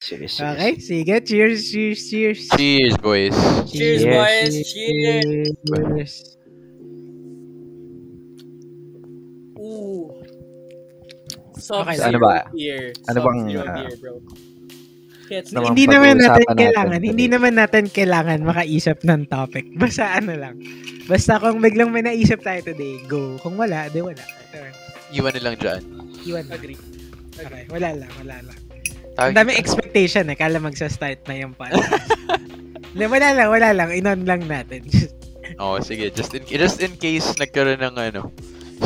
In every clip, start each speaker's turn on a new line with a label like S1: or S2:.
S1: Sige, sige.
S2: Okay, sige. Cheers, cheers, cheers.
S1: Cheers, boys.
S3: Cheers, boys. Cheers.
S2: Cheers.
S3: Ooh. Soft
S2: Okay,
S3: zero
S1: ano ba?
S3: beer.
S1: Ano
S3: Soft
S1: bang,
S3: zero
S4: uh,
S1: ah,
S3: beer, bro. Gets
S4: Ano
S1: naman-
S2: Hindi naman natin
S1: pag-uusapan natin
S2: kailangan,
S1: today.
S2: hindi naman natin kailangan makaisip ng topic. Basta ano lang. Basta kung biglang may naisip tayo today, go. Kung wala, di wala. Turn.
S1: Iwan nilang dyan.
S2: Iwan na.
S3: Agree.
S2: Okay, wala lang, wala lang.
S1: Tawag
S2: Ang dami expectation eh. Kala magsa-start na yung podcast. Hindi, wala lang, wala lang. Inon lang natin.
S1: Oo, Oh, sige. Just in, just in case nagkaroon ng ano,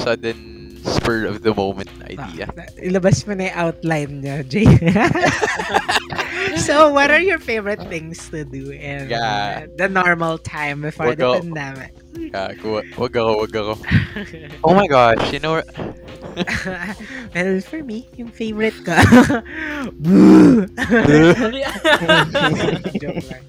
S1: sudden spur of the moment idea.
S2: Ah, ilabas mo na yung outline niya, Jay. so, what are your favorite things to do in
S1: Yeah.
S2: uh, the normal time before
S1: Wag
S2: the
S1: ako.
S2: pandemic?
S1: Gago. Wag ako, wag ako. Ah. Oh my gosh, you know,
S2: well, for me, yung favorite ko. Boo!
S3: ano?
S2: Joke lang.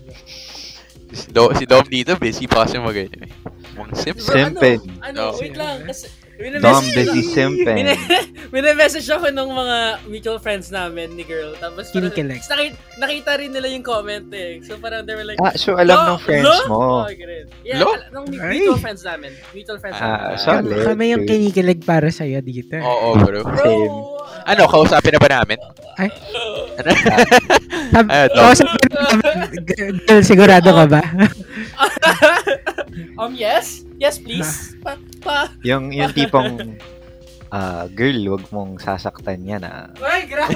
S1: si, Do, si Dom dito, busy pa kasi mag ano eh. Mga simps.
S3: Bro, ano,
S4: Simpin.
S3: Ano,
S1: No.
S3: wait lang. Kasi,
S4: Dom
S3: minamessage-
S4: busy simping.
S3: Mine- Mine-message ako ng mga mutual friends namin ni girl. Tapos parang,
S2: Kinikilig.
S3: Tapos nakita, nakita rin nila yung comment eh. So parang they were like,
S4: Ah, so alam ng
S3: "Lo,
S4: friends
S3: lo?"
S4: mo.
S3: Oh, ganun. Yeah,
S1: Lo?
S3: alam ng
S2: Ay.
S3: mutual friends namin. Mutual friends
S1: Ah,
S3: namin.
S1: sorry.
S2: Kami- Kami yung kinikilig para sa'yo dito.
S1: Oo, bro.
S3: Bro!
S4: Same.
S1: Ano, kausapin na ba namin? Ano?
S2: Sab-
S1: Ayun,
S2: Oo, sabi namin, girl, sigurado ka ba?
S3: um, yes? Yes, please? Pa, pa.
S4: Yung, yung tipong, ah, girl, wag mong sasaktan yan, ah.
S3: Ay, grabe.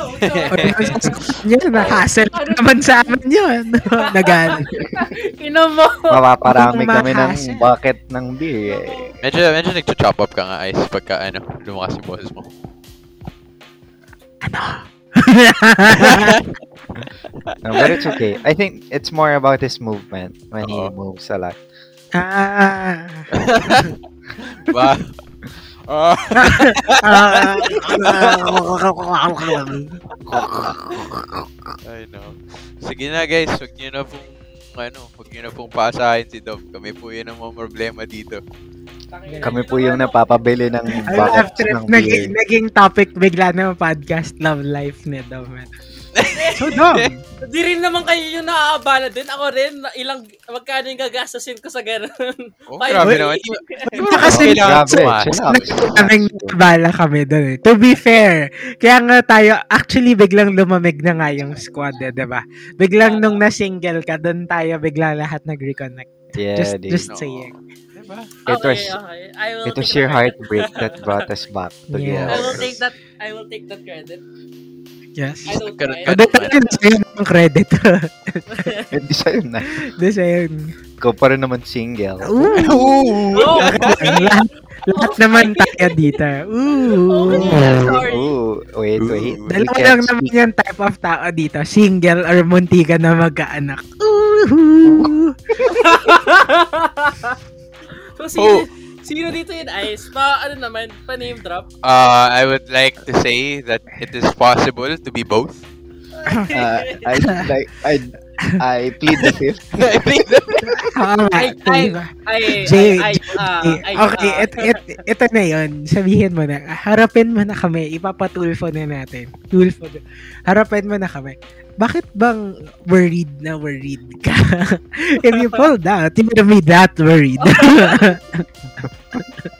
S2: Yan, na-hassle
S3: Ano-
S2: naman sa amin yun. Nagano.
S3: Ina mo.
S4: Mapaparami
S2: Huwag mong
S4: kami ng
S2: makasa.
S4: bucket ng beer, eh.
S1: medyo, medyo nagcho-chop up ka nga, Ice, pagka ano, lumakas yung boses mo.
S4: No, but it's okay. I think it's more about his movement when
S1: Oo.
S4: he moves a lot.
S2: Ah,
S1: Ba? Ah,
S2: ah,
S1: I know. Sige na guys, huwag nyo na pong ano, huwag nyo na pong pasahin si Dom. Kami po yun ang mga problema dito.
S4: Kami po yung napapabili ng
S2: I love
S4: bucket
S2: trip.
S4: ng
S2: Naging,
S4: beer.
S2: naging topic bigla na yung podcast Love Life ni Dom. So, Dom,
S3: Di rin naman kayo yung naaabala din. Ako rin, na- ilang, magkano yung gagastasin ko sa ganun.
S1: Oh,
S3: Five
S1: grabe
S3: days.
S1: naman.
S2: Hindi kasi-
S1: kailangan
S4: Oh, Grabe,
S1: sumahin.
S4: chill out.
S2: Kaming nabala kami doon. Eh. To be fair, kaya nga tayo, actually biglang lumamig na nga yung squad eh, di ba? Biglang nung na-single ka, doon tayo bigla lahat nag-reconnect.
S4: Yeah,
S2: Just,
S4: dude.
S2: just
S1: No.
S2: saying.
S1: Diba?
S4: It was,
S3: okay. I will
S4: it was
S3: take
S4: sheer
S3: that
S4: heartbreak that brought us back
S3: credit. I will
S2: Yes.
S4: together.
S3: take that. I will take that credit.
S2: Yes.
S3: I don't
S1: Nagkaroon
S3: mind.
S1: ka
S2: Kada tayo sa'yo ng credit.
S4: Hindi sa'yo na.
S2: Doon sa'yo.
S4: Ikaw pa rin naman single.
S1: Ano
S2: Ooh!
S1: Ooh!
S4: Oh.
S3: No,
S2: lahat, lahat naman tayo dito. Ooh!
S3: Okay. Sorry.
S4: Ooh, wait, wait. We
S1: Ooh.
S2: Dalawa
S4: can't
S2: lang
S4: speak.
S2: naman yung type of tao dito. Single or munti ka na magkaanak. Ooh!
S3: so, sino,
S4: Oh.
S3: sino dito yun, Ice? Pa, ano naman, pa name drop?
S1: Uh, I would like to say that it is possible to be both.
S4: Uh, I, like, I, I plead the fifth.
S1: I think that-
S2: Oo nga.
S3: Ay, ay,
S2: diba?
S3: Ay,
S2: Jay,
S3: ay, ay, ah,
S2: Eh,
S3: ay,
S2: okay,
S3: ah.
S2: et, et, ito na yun. Sabihin mo na. Harapin mo na kami. Ipapatulfo na natin. Tulfo. na. Harapin mo na kami. Bakit bang worried na worried ka? If you pulled out, you would be that worried.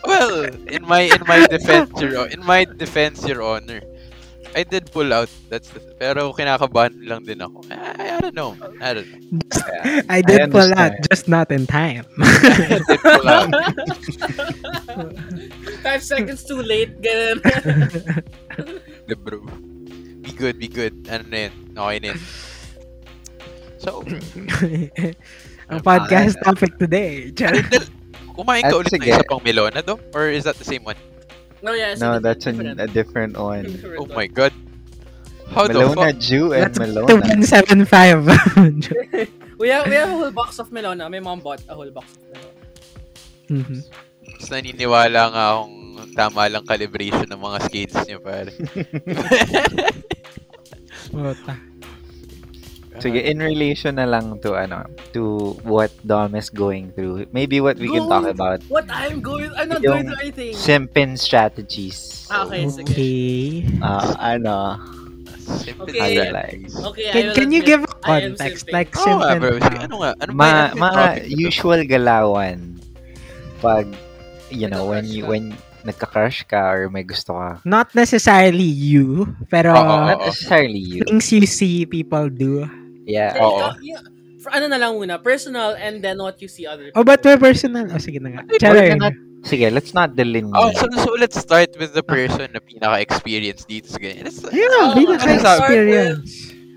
S1: well, in my in my defense, your in my defense, your honor, I did pull out. That's the, pero kinakabahan lang din ako. I, I don't know. I don't know.
S2: I did
S4: I
S2: pull out,
S4: understand.
S2: just not in time.
S1: I did pull out.
S3: Five seconds too late, ganun.
S1: The bro. Be good, be good. Ano na yun? Okay na yun. So,
S3: Ah,
S2: Ang podcast topic today. Charot.
S1: kumain ka
S4: At
S1: ulit ng
S4: sige.
S1: isa pang melona, do? Or is that the same one?
S3: No, yeah, it's
S4: No,
S3: different-
S4: that's an,
S3: different.
S4: a different one.
S3: Different
S1: Oh
S3: one.
S1: my god. How
S4: Melona
S1: the fuck?
S4: Jew and
S2: That's
S4: Melona.
S2: 2175.
S3: We have, we have a whole box of melona. My mom bought a whole box of melona.
S2: Mhm.
S1: Mas naniniwala nga akong tama lang calibration ng mga skates niya, pare.
S2: Puta.
S4: Sige, in relation na lang to ano, to what Dom is going through. Maybe what we can talk
S3: Going-
S4: about
S3: What I'm going, I'm not
S4: Yung
S3: going to anything.
S4: simping strategies.
S3: Ah, okay, sige.
S2: Okay.
S4: Ah, ano,
S1: Simple
S3: Okay.
S1: as
S4: other
S1: that.
S4: lives.
S3: Okay, I
S2: Can,
S3: will
S2: can you
S3: admit,
S2: give a
S3: I am
S2: context?
S3: simping. Oh,
S2: Like,
S1: Oo nga,
S2: simple
S1: bro.
S2: na.
S1: Ano nga? Ano ba
S4: Ma,
S1: yung
S4: ma
S1: topic na to?
S4: usual galawan pag you know when
S3: Nagka-crush
S4: you
S3: ka.
S4: when nagka-crush ka or may gusto ka.
S2: Not necessarily you, pero
S1: Oo, oo,
S4: Not necessarily you.
S2: things you see people do.
S4: Yeah.
S1: Sure. Oo.
S3: Ikaw- yeah, for ano na lang muna, personal and then what you see other
S2: O, ba't may Oh, personal? O, sige na nga. Charot.
S4: We're gonna- Sige, let's not delineate.
S1: Oh, so, so let's start with the person na pinaka-experience dito sa ganyan. Let's,
S2: Ayun
S3: Oo,
S2: lang, pinaka-experience.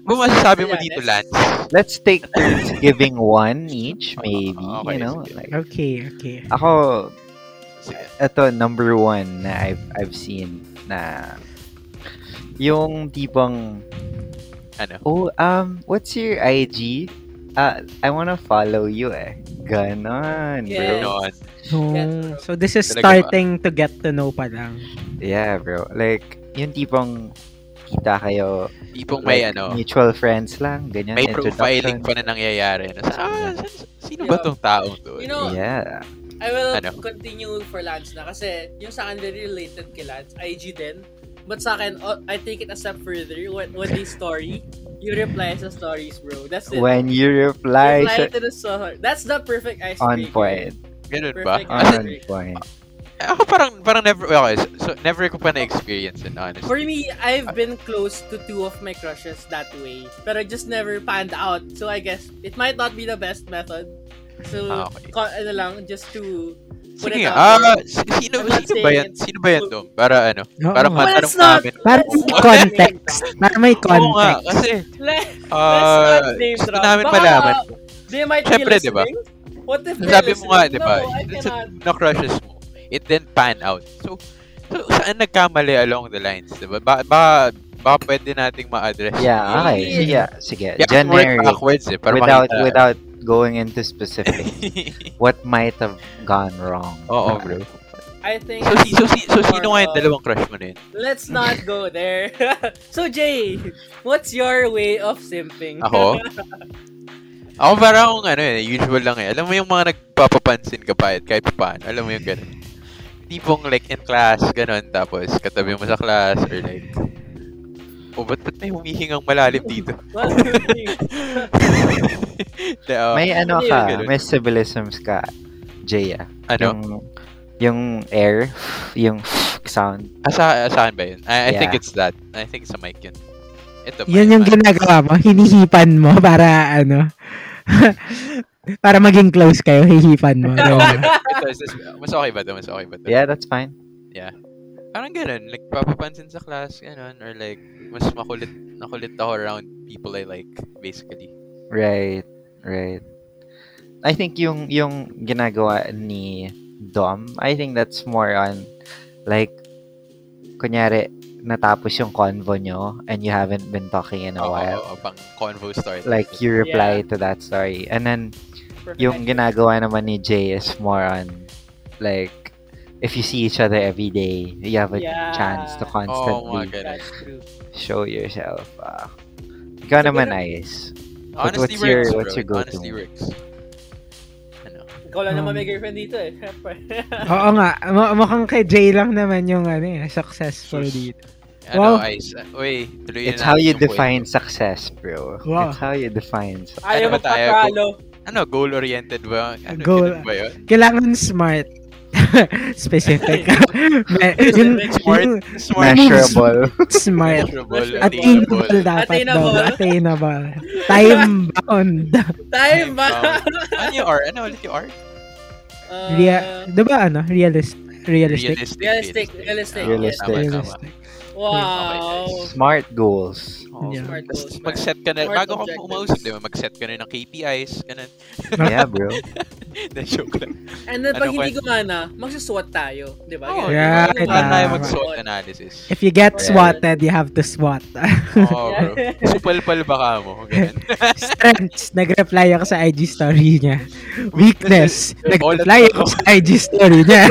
S1: Kung masasabi mo
S3: Ayan,
S1: dito,
S3: let's-
S1: Lance.
S4: Let's take turns giving one each, maybe.
S1: Oh, Okay,
S4: you know,
S1: sige.
S4: like,
S2: Okay, okay.
S4: ako,
S1: Sige.
S4: ito, number one na I've, I've seen na yung tipong,
S1: Ano?
S4: oh, um, what's your IG? Uh, I wanna follow you eh. Ganon,
S3: Yes.
S4: bro.
S1: Ganon.
S2: So,
S3: Yes.
S2: so this is
S1: Talaga ba?
S2: starting to get to know pa lang.
S4: Yeah, bro. Like, yung tipong kita kayo,
S1: Tipong may
S4: like,
S1: ano,
S4: mutual friends lang, ganyan,
S1: may profiling
S4: introduction.
S1: pa na nangyayari. Na, ah, san- sino
S3: You
S1: ba
S3: know-
S1: tong taong to?
S3: You know,
S4: Yeah.
S3: I will
S1: Ano?
S3: continue for Lance na kasi yung sa akin very related kay Lance, IG din. But sa akin, oh, I take it a step further. When, when they story, you reply sa stories, bro. That's it.
S4: When you reply,
S3: reply
S4: sa-
S3: to the story. That's the perfect icebreaker.
S4: on point.
S1: Ganun ba?
S3: Perfect.
S1: As in,
S4: On point.
S1: Ah, ako parang, parang never, okay, so, so never ko pa na-experience yun,
S3: For
S1: honestly.
S3: me,
S1: Ah.
S3: I've been close to two of my crushes that way. But I just never panned out. So I guess it might not be the best method. So,
S1: Ah, okay.
S3: ko- ano lang, just to... put
S1: Sige
S3: it
S1: nga,
S3: out
S1: ah,
S3: there.
S1: si- sino,
S3: I'm not
S1: sino ba
S3: saying
S1: yan?
S3: it's-
S1: Sino ba yan to? Para ano,
S2: Oo.
S1: para
S3: Well,
S1: matanong
S3: it's not-
S1: namin.
S2: Para
S3: Let's
S2: may
S3: not
S2: context.
S3: name
S2: Para may
S1: Oo nga,
S2: context.
S1: kasi,
S3: Let,
S1: ah,
S3: let's not name
S1: gusto
S3: drop.
S1: namin
S3: Baka
S1: malaman.
S3: They might
S1: Siyempre,
S3: be
S1: di ba?
S3: listening. What if they're
S1: Sabi mo nga,
S3: listening?
S1: di ba?
S3: No, I
S1: dun sa
S3: cannot.
S1: na-crushes mo, it then pan out. So, so saan nagkamali along the lines, di ba? Ba, ba, baka pwede nating ma-address.
S4: Yeah,
S1: Yung-
S4: okay.
S3: Yeah.
S4: Sige, sige.
S1: You have to work
S4: Generic.
S1: backwards eh, para
S4: without
S1: makita.
S4: without going into specific. what might have gone wrong? Ah,
S1: Oo, bro.
S3: I think...
S1: So, si, so, si, so sino nga yung
S3: Or, uh,
S1: dalawang crush mo na yun?
S3: Let's not go there. so, Jay, what's your way of simping?
S1: Ako? Ako parang akong ano eh, usual lang eh. Alam mo yung mga nagpapapansin ka pa eh, kahit pa paano. Alam mo yung ganun. Tipong like in class, ganun. Tapos katabi mo sa class or like, oh, ba't, ba't may humihingang malalim dito?
S3: Well,
S1: Hindi, oh,
S4: May ano
S3: Ano yun,
S4: ka,
S1: ganun?
S4: may civilisms ka, Jaya.
S1: ano?
S4: Yung, yung air, yung sound.
S1: Asa, asahan ah, ba yun? I, I
S4: Yeah.
S1: think it's that. I think sa mic yun. Ito ah. ba?
S2: Yan yung
S1: Mic.
S2: ginagawa mo. Hinihipan mo para ano. para maging close kayo, hihipan mo.
S1: Ito,
S2: Ganun.
S1: ito, is this- mas okay ba to? Mas okay ba to?
S4: Yeah, that's fine.
S1: Parang ganun, like papapansin sa class, ganun, or like, mas makulit, nakulit ako around people I like, basically.
S4: Right, right. I think yung yung ginagawa ni Dom, I think that's more on like kunyari natapos yung convo nyo and you haven't been talking in a
S1: Oo,
S4: while.
S1: oo, pang convo start.
S4: Oh. like you reply to that story and then yung ginagawa naman ni Jay is more on like if you see each other every day you have a
S3: Yeah.
S4: chance to
S1: Oo, mga
S4: constantly
S1: ganun.
S3: That's true.
S4: show yourself Ah. ikaw
S3: Siguro-
S4: naman Ice But what's
S1: Honestly works,
S4: your-
S1: bro.
S4: what's your go-to?
S1: Honestly works. Ano?
S3: Ikaw lang naman
S2: Um,
S3: may
S1: Hmm.
S3: girlfriend dito eh.
S2: Oo nga. mu- Mukhang kay Jay lang naman yung ano, eh, successful dito.
S1: Ano,
S2: Wow.
S1: ice? Uy, tuloy
S4: it's how you define success bro
S2: Wow.
S4: it's how you define success
S3: Ayaw
S1: ba tayo?
S3: magpatalo.
S1: Ano, goal-oriented ba? Ano,
S2: Goal-
S1: ganun ba yun?
S2: Kailangan smart. Specific. Me- yung,
S1: Smart,
S2: yung
S1: smart,
S4: measurable
S2: smart.
S1: measurable,
S2: Attainable
S1: attainable.
S2: dapat
S3: Attainable.
S2: daw. Attainable. Time bound.
S3: Tayo ba?
S1: Ano yung R? Ano ulit yung R?
S3: Uh,
S2: Rea- diba ano? Realist, realistic.
S3: Realistic, realistic.
S4: Realistic.
S1: Ah, Tama, tama.
S2: Realistic.
S3: wow.
S4: smart goals
S1: Oo,
S2: Yeah.
S1: smart
S3: Smart
S1: goals,
S3: goals,
S1: mag-set ka na,
S3: Smart
S1: bago ka
S3: objectives.
S1: umausap, di ba, mag-set ka na ng KPIs, ganun.
S4: yeah bro
S1: Na joke lang.
S3: And then pag
S1: Ano
S3: hindi gumana, magsuswat tayo. Di ba?
S1: Oo,
S3: Ganun.
S2: yeah,
S1: di ba?
S2: tama.
S1: Saan tayo mag-SWOT analysis?
S2: If you get
S4: Yeah.
S2: swatted, you have to swat.
S1: Oo,
S3: Yeah.
S1: bro. Supalpal baka mo, ganun.
S2: Strengths, nag-reply ako sa IG story niya. Weakness, nag-reply ako sa IG story niya.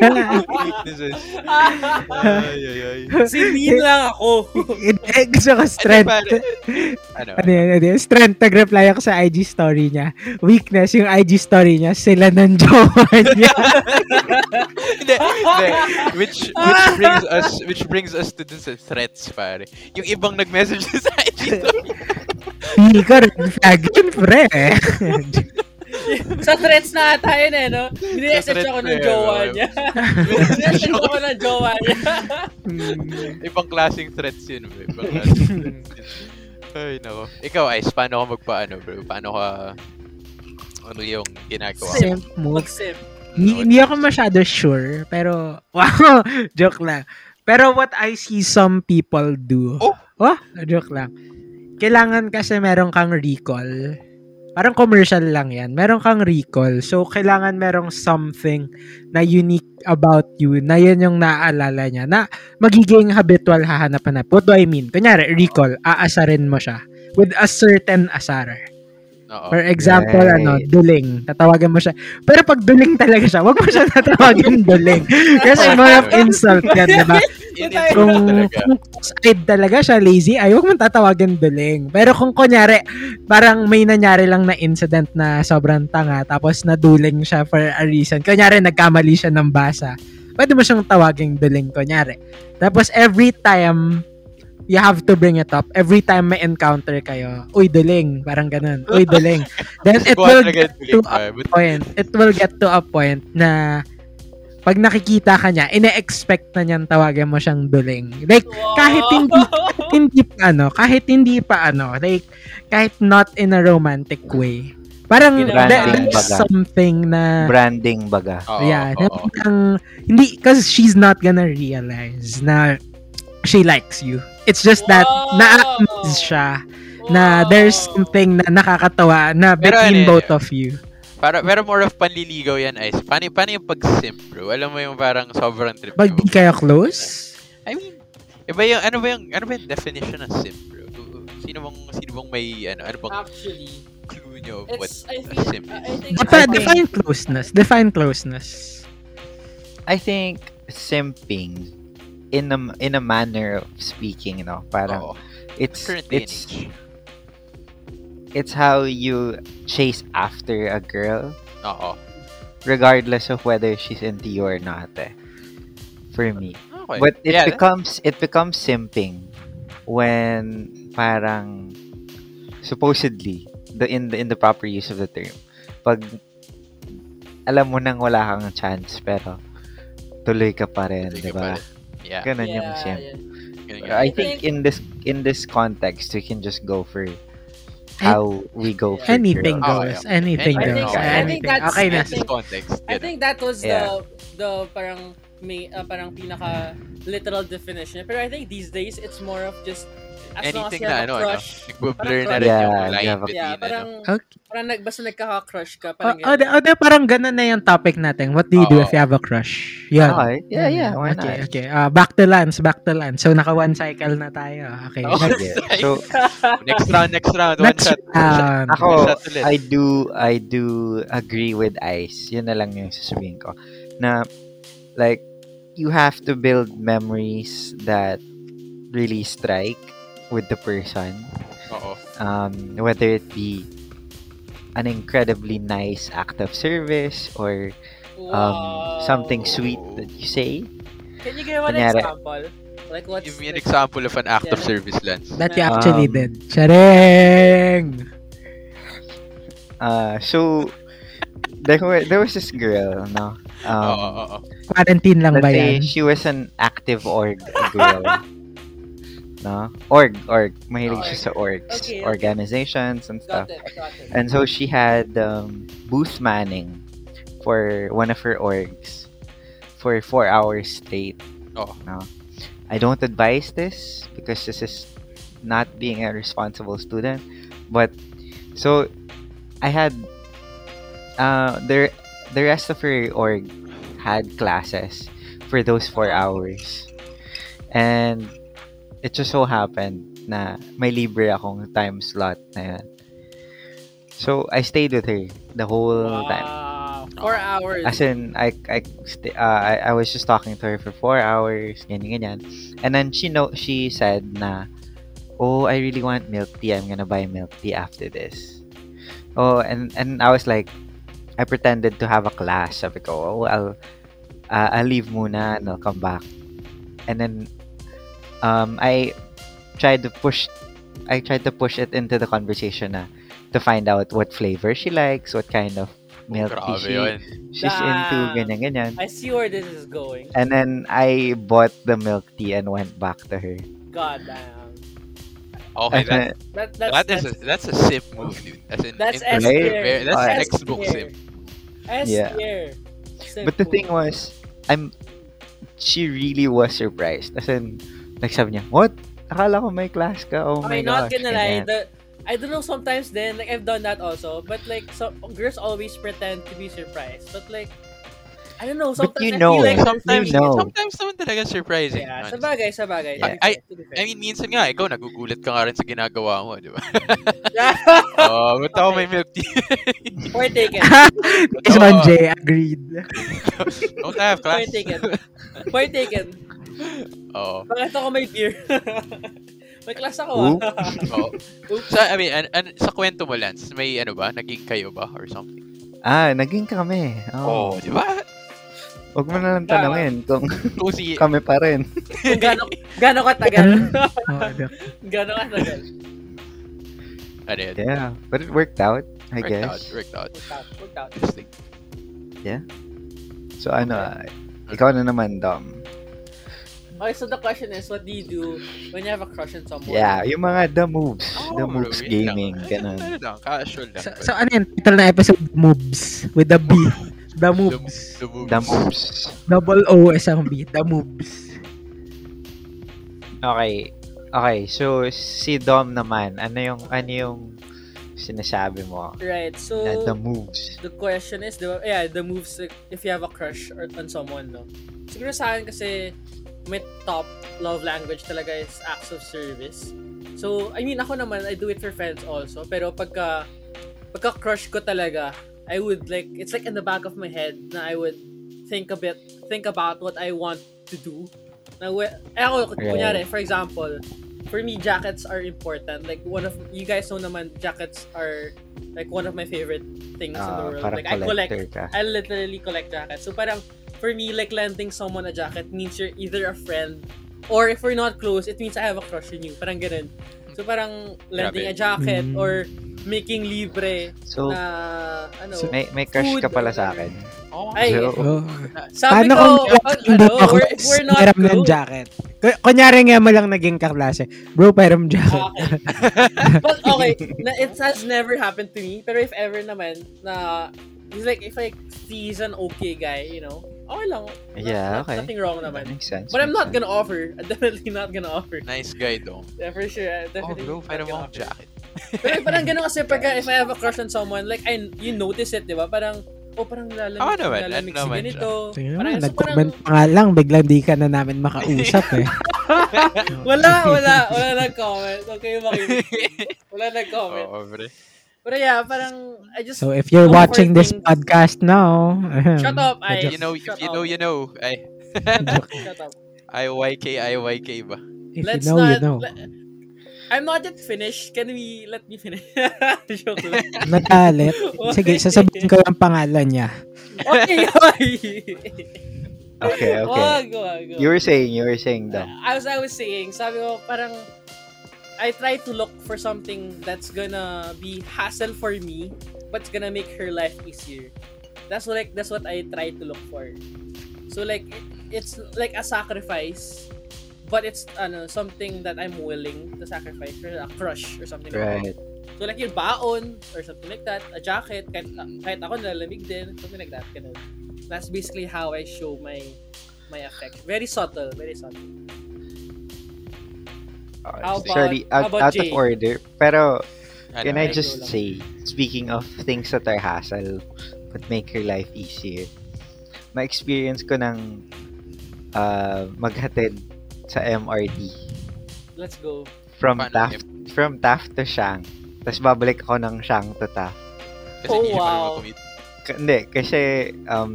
S1: Weaknesses. Ay, ay, ay.
S3: Sindihin lang ako.
S2: Hindi, gusto ko strength.
S1: Paano? Ano?
S2: Ano yun, ano yun? Strength, nag-reply ako sa IG story niya. Weakness, yung IG story niya, sila ng jowa niya.
S1: Hindi, hindi. Which, which brings us, which brings us to dun sa threats, pare. Yung ibang nag-message sa IG story.
S2: Feel ko red flag yun, pre.
S3: Sa threats na ata yun eh, no? Bine-message
S1: threats
S3: ako
S1: na
S3: ng
S1: yun,
S3: jowa
S1: okay.
S3: niya. Bine-message ako ng jowa niya.
S1: ibang klaseng threats yun, bro. Ibang klaseng threats yun. Ay, nako. Ikaw, Ice, paano ka magpaano, bro? Paano ka... Ano yung ginagawa? mo?
S2: Simp move.
S3: Mag-sip.
S2: Hindi, hindi ako masyado sure, pero, wow, joke lang. Pero what I see some people do.
S1: Oh!
S2: Oh, joke lang. Kailangan kasi meron kang recall. Parang commercial lang yan. Meron kang recall. So, kailangan merong something na unique about you na yan yung naaalala niya na magiging habitual hahanapan na. What do I mean? Kunyari, recall. Aasarin mo siya with a certain asar.
S1: Oo.
S2: For example,
S4: Right.
S2: ano, duling. Tatawagan mo siya. Pero pag duling talaga siya, wag mo siya tatawagin duling. Kasi more of insult yan, diba? di ba?
S1: In- in-
S3: Kung-
S2: Kung, kung
S1: talaga.
S2: side talaga siya, lazy, ay wag mo tatawagin duling. Pero kung kunyari, parang may nanyari lang na incident na sobrang tanga, tapos naduling siya for a reason. Kunyari, nagkamali siya ng basa. Pwede mo siyang tawagin duling, kunyari. Tapos every time you have to bring it up, every time may encounter kayo, uy, duling, parang ganun, uy, duling. Then it
S1: Kuha
S2: will
S1: talaga
S2: get
S1: yung
S2: to
S1: link,
S2: a
S1: pare. But-
S2: point, it will get to a point na pag nakikita ka niya, ine-expect na niyang tawagan mo siyang duling. Like, kahit hindi hindi pa ano, kahit hindi pa ano, like, kahit not in a romantic way. Parang
S3: Branding
S2: there- there's
S4: baga.
S2: something na,
S4: Branding baga.
S1: Oo,
S2: yeah, na
S1: oo.
S2: parang, hindi, because she's not gonna realize na she likes you. It's just that,
S3: Wow!
S2: na-amaze siya na
S3: Wow.
S2: there's something na nakakatawa na
S1: Pero
S2: between
S1: ano yun?
S2: both of you.
S1: Para, pero more of panliligaw yan, Ice. Paano, paano yung pag-simp, bro? Alam mo yung parang sobrang trip.
S2: Pag
S1: mo.
S2: di kayo close,
S1: I mean, iba yung, ano ba yung, ano ba yung definition ng simp, bro? Sino bang, sino bang may, ano, ano bang
S3: Actually,
S1: clue nyo of what
S3: it's, I
S1: a
S3: think, uh,
S1: simp
S3: I
S1: is?
S2: Defi-
S3: think, I think,
S2: define closeness. Define closeness.
S4: I think simping in a in a manner of speaking, you know, parang
S1: Oo.
S4: it's
S1: Currently in
S4: it's
S1: age.
S4: it's how you chase after a girl
S1: Oo.
S4: regardless of whether she's into you or not. eh, For me.
S1: Okay.
S4: But it
S1: Oh, yeah,
S4: becomes it becomes simping when parang supposedly the in the in the proper use of the term. Pag alam mo nang wala kang chance pero tuloy ka pa rin, di
S1: Tuloy ka pa
S4: ba?
S1: rin. Yeah.
S4: Ganun yung
S3: yeah,
S4: simp.
S3: yeah.
S1: ganun yun.
S4: I
S3: I
S4: think
S3: think-
S4: in this in this context we can just go for how we go for
S2: Anything
S4: girls.
S1: Oh,
S2: goes. Anything
S1: I
S2: goes.
S1: think- I think
S2: Anything.
S3: that's-
S2: Okay na.
S1: This is context.
S3: I
S1: ganun.
S3: think that was
S4: Yeah.
S3: the the parang may uh, parang pinaka literal definition. Pero I think these days it's more of just as long as
S1: Anything
S3: you
S1: na
S3: have
S1: ano,
S3: a
S1: ano,
S3: crush.
S1: nagbo-blur na
S3: parang
S1: rin
S4: crush.
S1: yung
S4: Yeah,
S1: line
S4: yeah,
S1: between,
S3: Yeah,
S1: ano.
S3: parang
S2: Okay.
S3: parang nag, basta nagkaka-crush
S4: Oh,
S3: ka
S2: O,
S3: parang
S2: o, di- o, di, parang ganun na yung topic natin. What do you do
S1: Oo.
S2: if you have a crush? Yun.
S4: Okay. Ah, Yeah, yeah. Why
S2: okay,
S4: not?
S2: Okay, Ah, back to Lance, back to Lance. So, naka one cycle na tayo. Okay.
S1: Oo.
S2: Next,
S4: Sige.
S1: Sorry.
S4: So,
S1: Next round, next round. One
S2: next
S1: shot. one shot.
S2: round.
S4: Mm-hmm. Ako,
S1: One shot ulit.
S4: I do I do agree with Ice. Yun na lang yung sasabihin ko. Na like you have to build memories that really strike with the person.
S1: Oo.
S4: Um, whether it be an incredibly nice act of service or um,
S3: wow.
S4: something sweet that you say.
S3: Can you give an
S4: Kunyari.
S3: example? Like what's
S1: Give me an example of an act of
S3: Yeah.
S1: service, Lance.
S2: That you actually
S4: Um,
S2: did. Charing!
S4: Uh, so there were, there was this girl, no. Um,
S1: Oo, oo, oo.
S2: Quarantine lang ba
S4: Let's say
S2: yan?
S4: she was an active org girl. no? Org, org. Mahilig siya sa orgs,
S3: Okay, okay.
S4: organizations and
S3: Got
S4: stuff.
S3: it, got it.
S4: And so she had um, booth manning for one of her orgs for four hours straight.
S1: Oh.
S4: No? I don't advise this because this is not being a responsible student. But so I had uh, the the rest of her org had classes for those four hours, and it just so happened na may libre akong time slot na yun. So I stayed with her the whole time.
S3: Wow. Four hours.
S4: As in, I, I, st- uh, I, I was just talking to her for four hours, ganyan, ganyan. And then she know she said na, oh, I really want milk tea. I'm gonna buy milk tea after this. Oh, and and I was like, I pretended to have a class. Sabi ko, oh, I'll, uh, I'll leave muna and I'll come back. And then, um, I tried to push, I tried to push it into the conversation na, to find out what flavor she likes, what kind of milk tea
S1: Grabe
S4: she,
S1: yun.
S4: she's into,
S3: Damn.
S4: ganyan, ganyan.
S3: I see where this is going.
S4: And then I bought the milk tea and went back to her.
S3: God damn.
S1: Okay,
S4: And
S1: that,
S4: then-
S3: That, that's,
S1: That is
S3: that's,
S1: a, that's a simp move, dude. That's an
S3: That's S
S1: interesting-
S3: tier.
S1: very- That's
S4: Alright.
S3: S
S1: textbook
S3: tier.
S1: simp.
S3: S
S4: Yeah.
S3: tier. Simp
S4: but the
S3: move.
S4: thing oh was, I'm she really was surprised. As in, like sabi niya, what? Akala ko may class ka. Oh my
S3: okay, not
S4: gosh.
S3: gonna lie,
S4: ganyan."
S3: the, I don't know sometimes then, like I've done that also, but like so girls always pretend to be surprised. But like I don't know,
S4: But
S3: sometimes
S4: you
S3: I
S4: know
S3: feel like
S4: eh.
S1: Sometimes,
S4: You know.
S1: sometimes naman talaga surprising.
S3: yeah,
S1: honestly.
S3: sabagay, sabagay. to be
S1: Yeah.
S3: fair, to be fair.
S1: I mean, minsan nga, ikaw nagugulat ka nga rin sa ginagawa mo, di ba?
S3: Yeah.
S1: Oo, ba't ako may milk tea?
S3: Point taken.
S2: Yes, man, Jay, agreed.
S1: Don't I have class? Oh.
S3: Point taken. Point taken.
S1: Oo.
S3: Bakit ako may beer? may class ako ah.
S1: Oo. Sa, I mean, an, an- sa kwento mo, Lance, may ano ba? Naging kayo ba? Or something?
S4: Ah, naging kami. Oh,
S1: Oo, di ba?
S4: Huwag mo na lang tanongin kung
S1: Kung si...
S4: kami pa rin.
S3: Kung gaano, gaano katagal.
S2: Oh, the-
S3: gaano katagal.
S1: Ano yun?
S4: Yeah. But it worked out, I
S1: Worked out,
S4: guess.
S1: worked out.
S3: Worked out, worked out.
S1: Interesting.
S4: So ano, ah, ikaw na naman, Dom.
S3: Okay, so the question is, what do you do when you have a crush on someone?
S4: Yeah, yung mga the moves.
S3: Oh,
S4: the
S1: Oo,
S4: moves
S1: yun
S4: gaming.
S1: lang.
S4: Ganun.
S1: Oh, Ano lang, casual lang.
S2: so, so, ano yun? Title na episode, Moves. With the B. The Moves.
S1: The moves.
S4: The moves.
S2: Double O, isang B. The Moves.
S4: Okay. Okay, so si Dom naman, ano yung ano yung sinasabi mo?
S3: Right, so...
S4: Na the moves.
S3: the question is, di ba, yeah, the moves, like, if you have a crush or, on someone, no? Siguro sa akin kasi, my top love language talaga is acts of service. So, I mean, ako naman, I do it for friends also. Pero pagka, pagka crush ko talaga, I would like, it's like in the back of my head na I would think a bit, think about what I want to do. Na, we, eh, ako,
S4: Right.
S3: kunyari, for example, for me, jackets are important. Like, one of, you guys know naman, jackets are, like, one of my favorite things in the
S4: Ah,
S3: world.
S4: parang
S3: Like, I collect
S4: collector ka.
S3: I literally collect jackets. So parang for me, like lending someone a jacket means you're either a friend or if we're not close, it means I have a crush on you. Parang ganun. So parang lending
S1: Grabe.
S3: a jacket
S2: Mm.
S3: or making libre
S4: So,
S3: na ano.
S4: so may, may crush
S3: food
S4: ka pala
S3: or
S4: sa akin.
S3: whatever.
S1: Oh,
S3: Ay,
S4: So,
S2: Oh.
S3: sabi
S2: Paano
S3: ko,
S2: kung
S3: pag,
S2: hindi
S3: ano,
S2: ako
S3: we're, if we're not
S2: meron ng
S3: close.
S2: jacket? Ku- Kunyari nga mo lang naging kaklase. Bro, pairam jacket.
S3: Okay. but okay, na, it has never happened to me. Pero if ever naman, na he's like, if like, he's an okay guy, you know, okay lang.
S4: Yeah, okay.
S3: Nothing wrong naman.
S4: makes sense.
S3: Ano But I'm
S4: makes
S3: not gonna offer. I'm definitely not gonna offer.
S1: nice guy, Dom.
S3: Yeah, for sure.
S1: Oh,
S3: I'm Definitely
S1: bro,
S3: not
S1: parang
S3: gonna
S1: mong
S3: offer.
S1: jacket.
S3: Pero parang ganun kasi pagka if I have a crush on someone, like, I, you notice it, di ba? Parang, oh, parang lalamig,
S1: Ako Ah, naman,
S3: lalamig
S1: ano
S3: si
S1: naman
S3: ganito.
S2: Tingnan mo,
S3: Parang, so parang,
S2: nag-comment pa nga lang, biglang di ka na namin makausap eh.
S3: wala, wala, wala nag-comment. Okay, makinig. Wala nag-comment.
S1: Oo, pre.
S3: Pero yeah, parang, I just,
S2: So if you're
S3: Go for
S2: watching this
S3: things.
S2: podcast now, ahem,
S3: shut up, I,
S1: You know, if
S3: shut
S1: you
S3: up.
S1: know, you know. Ay,
S3: shut up.
S1: IYK, IYK ba?
S2: if
S3: Let's
S2: you know,
S3: not,
S2: you know.
S3: le- I'm not yet finished. Can we, let me finish? Joke lang.
S2: Natalit. Sige, sasabihin ko yung pangalan niya.
S3: Okay, okay.
S4: Okay, okay.
S3: Wag, wag, wag.
S4: You were saying, you were saying Dom.
S3: as I was saying, sabi ko parang I try to look for something that's gonna be hassle for me, but's gonna make her life easier. That's what like that's what I try to look for. So like it- it's like a sacrifice, but it's ano something that I'm willing to sacrifice for a crush or something. Like
S4: Right.
S3: that. So like yung baon or something like that, a jacket, kahit, kahit ako nalalamig din, something like that. Ganun. That's basically how I show my my affection. Very subtle, very subtle.
S4: Uh,
S3: How about-
S4: sorry, out,
S3: how about
S4: out of
S3: Jay?
S4: order. Pero,
S1: Ano,
S4: can I
S3: ay,
S4: just
S3: go lang.
S4: say, speaking of things that are hassle, but make your life easier, ma-experience ko ng uh, maghatid sa MRT
S3: Let's go.
S4: from
S1: Paano
S4: Taft from Taft to Shang. Tapos babalik ako ng Shang to Taft.
S1: Kasi
S3: Oh,
S1: hindi siya marunong
S3: wow.
S1: mag-commute.
S4: K- hindi, kasi um,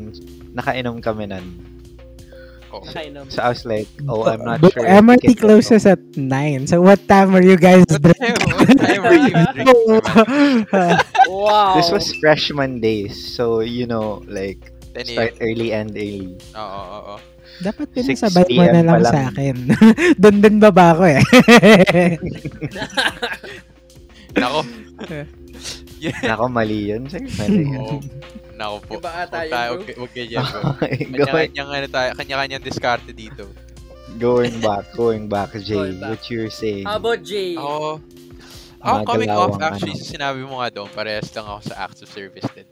S4: nakainom kami nun.
S1: Oh.
S3: Kind of.
S4: So I was like, oh, I'm not
S2: But
S4: sure. if we
S2: MRT
S4: can-
S2: closes at 9. So what time are you guys
S1: What the hell? What time are you drinking? man?
S3: Wow.
S4: This
S1: Oh.
S4: was freshman days, so you know, like
S1: 10 a.m.
S4: start early and early.
S1: Oo, oo, oo.
S2: Dapat
S4: 6
S2: pinasabay mo
S4: PM pa
S2: na lang
S4: lang.
S2: sa akin. Doon din baba ako eh.
S1: Nako.
S4: Nako, mali yun. Sir, mali yun.
S1: Oo. Nako po.
S3: Iba ata
S1: Huwag
S3: yun,
S1: tayo,
S3: bro.
S1: huwag- huwag ganyan, Oh, bro.
S4: going,
S1: Kanya-kanyang ano tayo, kanya-kanyang diskarte dito.
S4: going back, going back, Jay.
S3: Going back.
S4: What you're saying.
S3: How about Jay?
S1: Ako, ako
S4: Mga
S1: Ah, coming off
S4: dalawang
S1: actually,
S4: ano.
S1: sa sinabi mo nga doon, parehas lang ako sa acts of service din.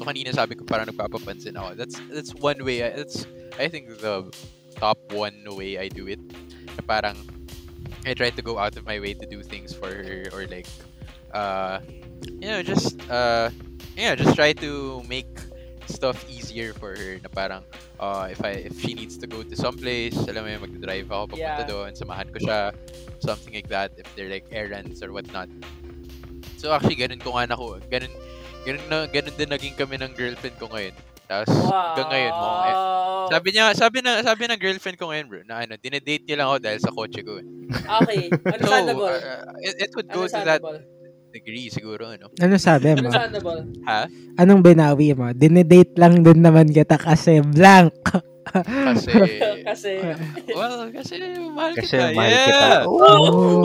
S1: So kanina sabi ko parang nagpapapansin ako. That's that's one way. I- That's I think the top one way I do it. Na parang I try to go out of my way to do things for her or like uh you know just uh yeah just try to make stuff easier for her na parang uh, if I if she needs to go to someplace alam mo yun magdadrive ako papunta
S3: Yeah.
S1: doon samahan ko siya something like that if they're like errands or whatnot so actually ganun ko nga nako ganun ganun na ganun din naging kami ng girlfriend ko ngayon tapos
S3: Wow.
S1: hanggang ngayon mo eh, sabi niya, sabi na sabi ng girlfriend ko ngayon, bro, na ano, dinedate niya lang ako dahil sa kotse ko. eh.
S3: Okay.
S1: So,
S3: Understandable.
S1: uh, it, it would go to that
S3: Understandable.
S1: degree siguro, ano.
S2: ano sabi mo?
S3: Understandable.
S1: Ha?
S2: Anong binawi mo? Dinedate lang din naman kita kasi blank.
S1: Kasi
S3: Kasi...
S1: well, kasi mahal
S4: Kasi
S1: kita.
S4: mahal
S1: yeah.
S4: kita. Oh,
S2: Oh.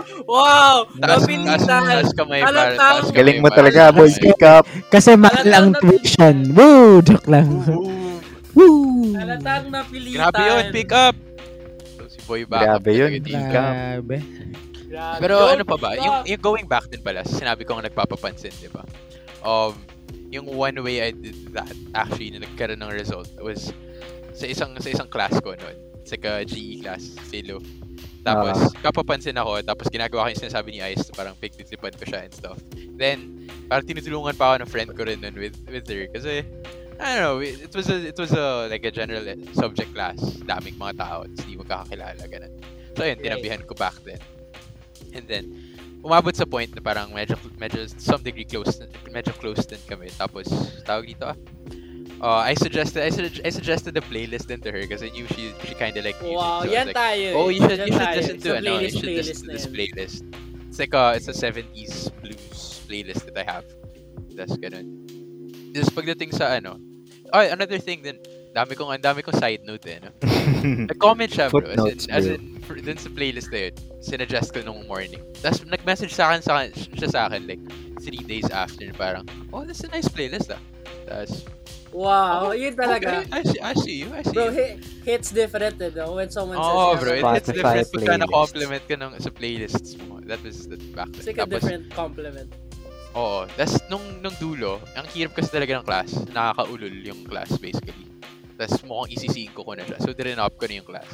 S3: Wow! Wow!
S1: Taas,
S3: Napilitan!
S1: taas, taas kamay,
S3: Alam
S1: pare,
S3: tao.
S1: taas kamay,
S4: galing mo
S1: pare.
S4: talaga, boy. Pick up.
S2: Kasi mahal ang
S3: Talagang
S2: tuition. Woo! Joke lang.
S1: Ooh,
S2: Woo!
S3: Halatang napilitan.
S1: Grabe yun, pick up! So, si Boy Backup.
S4: Grabe yun.
S1: talaga dito.
S2: Grabe.
S3: Grabe.
S1: Pero
S3: Don't
S1: ano pa ba?
S3: pick
S1: Yung,
S3: up.
S1: yung going back din pala, sinabi ko nga nagpapapansin, di ba? Um, yung one way I did that, actually, na nagkaroon ng result was sa isang sa isang class ko noon. Sa ka GE class, silo. Tapos, kapapansin ako, tapos ginagawa ko yung sinasabi ni Ice, parang pigtitipad ko siya and stuff. Then, parang tinutulungan pa ako ng friend ko rin nun with, with her. Kasi, I don't know, it it was a, it was a, like a general subject class. Daming mga tao, tapos hindi magkakakilala, ganun. So, yun, tinabihan ko back then. And then, umabot sa point na parang medyo, medyo some degree close, medyo close din kami. Tapos, tawag dito ah. Uh, I suggested I, sug- I suggested a playlist din to her kasi I knew she she kind of like music.
S3: Wow,
S1: so I was
S3: yan
S1: like,
S3: tayo. eh.
S1: Oh, you should,
S3: Yan
S1: you should
S3: tayo.
S1: listen
S3: Sa
S1: to it. No, you
S3: playlist,
S1: should
S3: playlist
S1: listen to
S3: na
S1: this
S3: yun.
S1: playlist. It's like a, it's a 70s blues playlist that I have. That's ganun. This pagdating sa ano. Oh, another thing din. Dami kong, ang dami kong side note eh. No? Nag-comment siya bro. As in,
S4: Footnotes,
S1: as
S4: bro.
S1: in for, dun sa playlist na yun. Sinadjust ko nung morning. Tapos nag-message sa akin, sa akin, siya sa akin like three days after na parang, oh, that's a nice playlist ah. Tapos,
S3: Wow, yun talaga.
S1: Oh, okay, I see, I see you, I see
S3: Bro,
S1: you.
S3: hi- hits different eh, no? when someone says
S1: Oo, Oh,
S3: you
S1: bro. It,
S3: have
S1: it's
S4: Spotify
S1: different pagka
S4: playlist.
S1: na-compliment ka ng, sa playlists mo. That was the back then.
S3: a- It's like a
S1: Tapos,
S3: different compliment.
S1: Oo. Tapos, nung, nung dulo, ang hirap kasi talaga ng class. Nakakaulol yung class, basically. Tapos, mukhang isisig ko ko na siya. So, dirinop ko na yung class.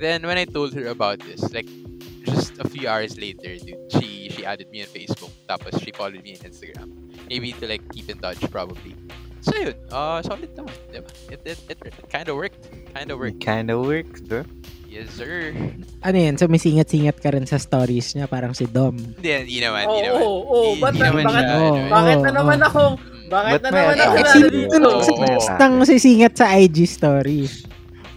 S1: Then, when I told her about this, like, just a few hours later, dude, she, she added me on Facebook. Tapos, she followed me on Instagram. Maybe to, like, keep in touch, probably. So, yun. Uh, solid naman, diba? It, it, it, it kind of worked. Kind of worked.
S4: Kind of works, bro.
S1: Yes, sir.
S2: Ano yan? So may singat-singat ka rin sa stories niya parang si Dom.
S1: Hindi, hindi naman,
S3: Oo,
S1: hindi naman.
S3: oo,
S1: Hindi-
S3: oo. Oh, Ba't
S1: hindi
S3: na-
S1: naman
S3: bakit,
S1: siya, ano eh.
S3: bakit na
S2: Oo,
S3: naman
S2: oo.
S3: akong,
S1: Hmm.
S3: bakit na
S4: Ba't may
S3: naman ako
S4: atake?
S3: nalala
S4: Sino
S3: dito?
S4: nung-
S1: Oo.
S2: Stang sisingat sa IG story.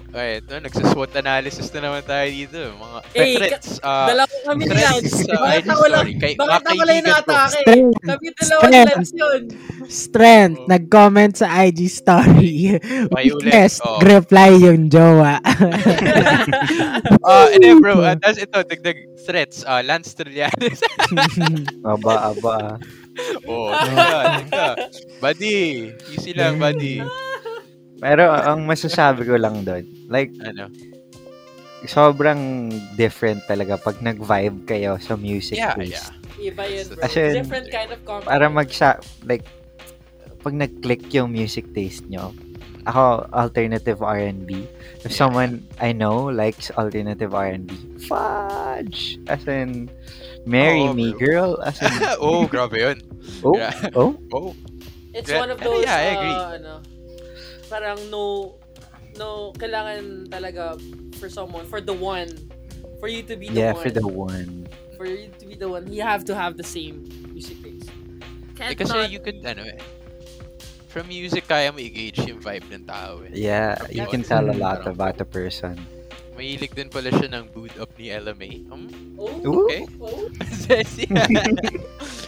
S1: Okay, ito, nagsaswot analysis na naman tayo dito. Mga
S3: Eh,
S1: threats, ah,
S3: Dalawa kami ni
S1: threats
S3: Lance.
S1: sa
S3: Bakit
S1: IG
S3: ako lang,
S1: story. Kay,
S3: bakit
S1: mga
S3: ako lang
S1: kaibigan ko.
S3: inaatake?
S2: Strength.
S3: Kami dalawa ni
S2: Strength.
S3: Lance yun.
S2: Strength.
S1: Oo.
S2: Nag-comment sa IG story.
S1: Okay, ulit.
S2: Weakness.
S1: Oo.
S2: Reply yung jowa.
S1: Ah,
S3: Oh.
S1: and then bro, uh, tapos ito, dagdag threats. ah, Lance Trillanes.
S4: Aba, aba. ah.
S1: Oo, oh, tignan, tignan. Buddy, easy lang, buddy.
S4: Pero ang masasabi ko lang doon, like,
S1: Ano?
S4: sobrang different talaga pag nag-vibe kayo sa music
S1: Yeah,
S4: taste.
S1: yeah.
S3: Iba yun, bro.
S4: As in,
S3: Different kind of compliment.
S4: Para magsa like, pag nag-click yung music taste nyo, ako, alternative R&B. If
S1: Yeah.
S4: someone I know likes alternative R&B, fudge! As in, marry
S1: Oo,
S4: me,
S1: bro.
S4: girl. As in,
S1: oh, grabe yun.
S4: oh,
S1: Gra-
S4: oh,
S1: Oh,
S3: It's
S1: Yeah,
S3: one of those,
S1: yeah, I agree.
S3: uh, ano, parang no, no, kailangan talaga for someone, for the one, for you to be the
S4: yeah,
S3: one,
S4: for the one.
S3: for you to be the one, you have to have the same music taste. Can't
S1: eh, kasi
S3: not-
S1: you could, ano eh. From music, kaya mo i-gauge yung vibe ng tao. Eh.
S4: Yeah, you can tell a lot about a person.
S1: Mahilig din pala siya ng boot up ni LMA. Hmm?
S3: Oh,
S4: Ooh.
S1: Okay.
S3: oh.
S1: Sexy.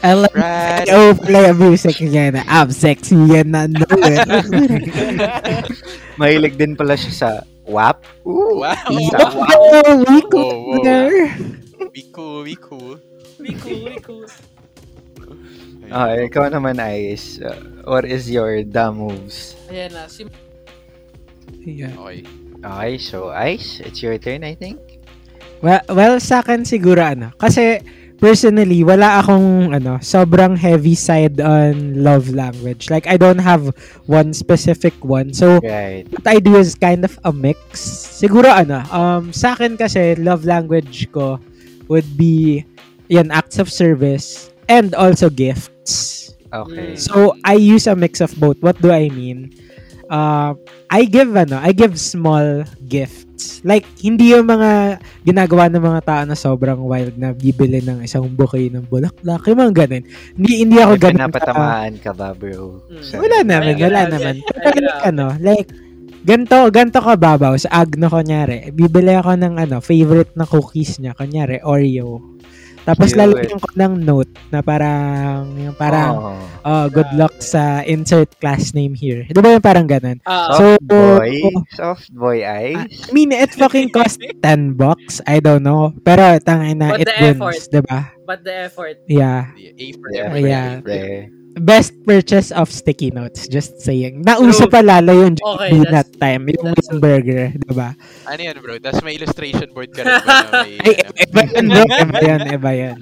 S2: I love
S1: Right.
S2: Oh, play a music niya na. I'm sexy yan na. No,
S4: Mahilig din pala siya sa WAP. Ooh,
S1: wow.
S4: Isa.
S2: oh, we could
S1: Whoa, whoa.
S2: there.
S1: Be cool, be cool.
S3: Be cool, be cool.
S4: Ah, ikaw naman, Ice. Uh, what is your dumb moves?
S3: Ayan na. Si
S2: Yeah.
S1: Okay.
S4: Okay, so Ice, it's your turn, I think.
S2: Well, well, sa akin siguro ano. Kasi personally, wala akong ano, sobrang heavy side on love language. Like I don't have one specific one. So
S4: Right.
S2: what I do is kind of a mix. Siguro ano, um, sa akin kasi love language ko would be yan, acts of service and also gifts.
S4: Okay.
S3: Mm.
S2: So I use a mix of both. What do I mean? Uh, I give ano, I give small gifts. Like hindi yung mga ginagawa ng mga tao na sobrang wild na bibili ng isang bouquet ng bulaklak, yung mga ganun. Hindi hindi ako
S4: May
S2: ganun. ka-
S4: pinapatamaan ka ba, bro?
S3: Mm.
S4: Sa-
S2: wala naman,
S3: Ay,
S2: wala
S3: grabe.
S2: naman.
S3: Ay,
S2: Pero like,
S3: grabe.
S2: ano, like, ganto, ganto ka babaw sa Agno, kunyari. Bibili ako ng, ano, favorite na cookies niya, kunyari, Oreo. Tapos
S4: Cute.
S2: lalagyan ko ng note na parang, yung parang,
S4: Oh.
S2: oh, good
S3: Grabe.
S2: luck sa insert class name here. Di ba yung parang ganun?
S3: Ah,
S2: So,
S4: Soft boy. Soft boy, Ice.
S2: I mean, it fucking cost 10 bucks. I don't know. Pero, tangay na,
S3: But
S2: it
S3: the effort.
S2: wins. Di ba?
S3: but the effort.
S2: Yeah.
S1: Yeah, A for
S4: Yeah,
S1: effort,
S2: yeah.
S1: A for effort.
S4: There.
S2: Best purchase of sticky notes. Just saying. Nauso
S3: True.
S2: pa lalo yung
S3: Okay,
S2: Jollibee
S3: that's-
S2: that time. Yung
S3: that's-
S2: burger, di ba?
S1: Ano yan, bro? Tapos may illustration board ka rin. ba na may,
S2: Ay,
S1: ano?
S2: iba yun, bro. Iba yun, iba yun.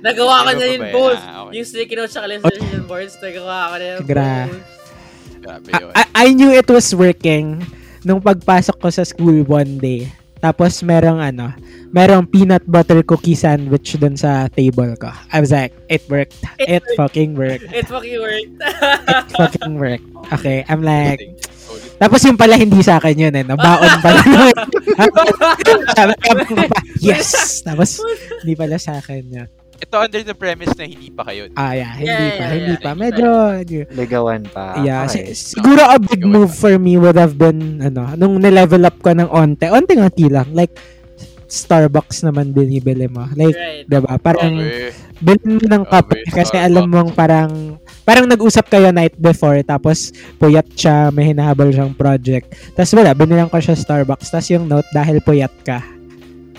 S3: Nagawa ko
S1: Iba
S3: na
S1: pa
S3: yun,
S1: ba yan?
S3: both.
S1: Ah, okay.
S3: Yung sticky notes at illustration boards, nagawa ko na yun.
S2: Gra-
S3: both.
S1: Grabe yun.
S2: I, I- I knew it was working nung pagpasok ko sa school one day. Tapos merong ano, merong peanut butter cookie sandwich dun sa table ko. I was like, it worked. It fucking worked.
S3: It fucking worked.
S2: It fucking worked. Okay, I'm like,
S1: Solid.
S2: tapos yung pala hindi sa akin yun eh. no? Baon pala nun. Sabi ko pa, yes! Tapos hindi pala sa akin yun.
S1: Ito under the premise na hindi pa kayo.
S2: Ah, yeah, hindi
S3: Yeah,
S2: pa,
S3: yeah,
S2: hindi
S3: yeah,
S2: pa.
S3: yeah.
S2: Medyo, medyo
S4: Ligawan pa.
S2: Yeah, si-
S4: Okay.
S2: siguro a big
S1: Ikaw,
S2: move for me would have been, ano, nung nilevel up ko ng onte, onting-onti lang, like, Starbucks naman binibili mo. Like,
S3: right.
S2: diba? Parang,
S1: Grabe.
S2: bilhin mo ng kape
S1: Grabe,
S2: kasi
S1: Starbucks.
S2: alam mong parang, parang nag-usap kayo night before, tapos puyat siya, may hinahabol siyang project. Tapos wala, binilang ko siya Starbucks, tapos yung note, dahil puyat ka.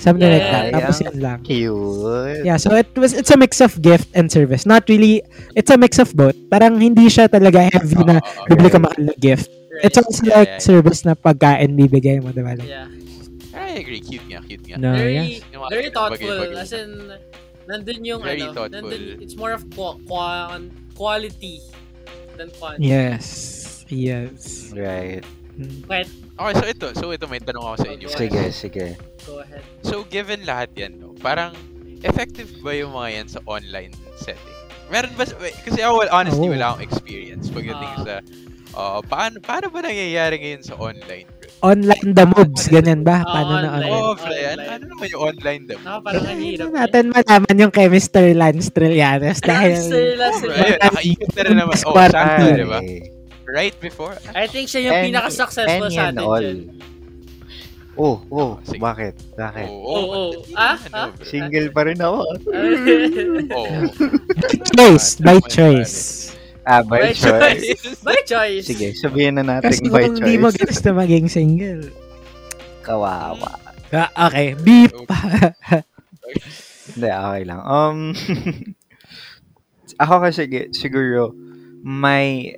S2: Something like that.
S4: Yeah,
S2: Tapos
S4: yeah.
S2: yun lang.
S4: Cute.
S2: Yeah, so it was it's a mix of gift and service. Not really, it's a mix of both. Parang hindi siya talaga heavy na
S1: Oo,
S2: bibili ka mahal na gift.
S3: right.
S2: It's also
S1: Yeah,
S2: like
S1: yeah, yeah.
S2: service na pagkain bibigay mo, diba? Like,
S3: Yeah.
S1: I ah. agree. Cute nga, cute nga.
S2: no, Oh, yeah.
S3: Very,
S1: Yung mga
S3: very
S1: ganun,
S3: thoughtful.
S1: bagay-bagay.
S3: As in, nandun yung,
S1: Very
S3: ano,
S1: thoughtful.
S3: nandun, it's more of qua- qua- quality than quantity.
S2: Yes. Yes.
S4: Right.
S2: Mm.
S1: Okay, so ito. So ito, may tanong ako sa inyo.
S4: Sige, sige.
S3: Go ahead.
S1: So, given lahat yan, no, parang effective ba yung mga yan sa online setting? Meron ba, wait, kasi ako, well, honestly,
S2: Oo.
S1: wala akong experience pagdating
S3: Ah.
S1: sa, uh, paano, paano ba nangyayari ngayon sa online? bro?
S2: Online the moves, ganyan ba?
S3: Ah,
S2: Paano na
S3: online.
S2: online?
S1: Oh, Brian,
S3: online. Ah,
S1: ano naman yung online daw?
S3: Naka parang ang
S2: Ay,
S3: hirap. eh.
S2: na natin malaman yung kay Mr. Lance Trillanes
S3: Sila,
S2: dahil
S3: sila,
S1: Oh,
S3: sila.
S1: Brian, nakaikot na rin naman. Oh,
S2: Squad.
S1: sakto,
S2: Ay.
S1: di ba? Right before? Ah,
S3: I think siya yung pinaka-successful sa atin. dyan.
S4: Oh, oh,
S1: Sige.
S4: bakit? Bakit?
S1: Oo.
S3: Oo, oo.
S1: matindi
S3: Ah,
S1: oh, naman,
S3: ah.
S1: no, Oh. bro.
S4: Single pa rin ako.
S1: Oo.
S2: choice, by
S1: Tama,
S2: choice.
S4: Ah, by
S3: By
S4: choice.
S3: By choice.
S4: Sige, sabihin na natin
S2: Kasi
S4: by
S2: kung
S4: choice.
S2: hindi mo gusto maging single.
S4: Kawawa.
S2: Ah, okay, beep.
S4: Oh. Hindi, okay lang. Um, ako kasi gi- siguro, may,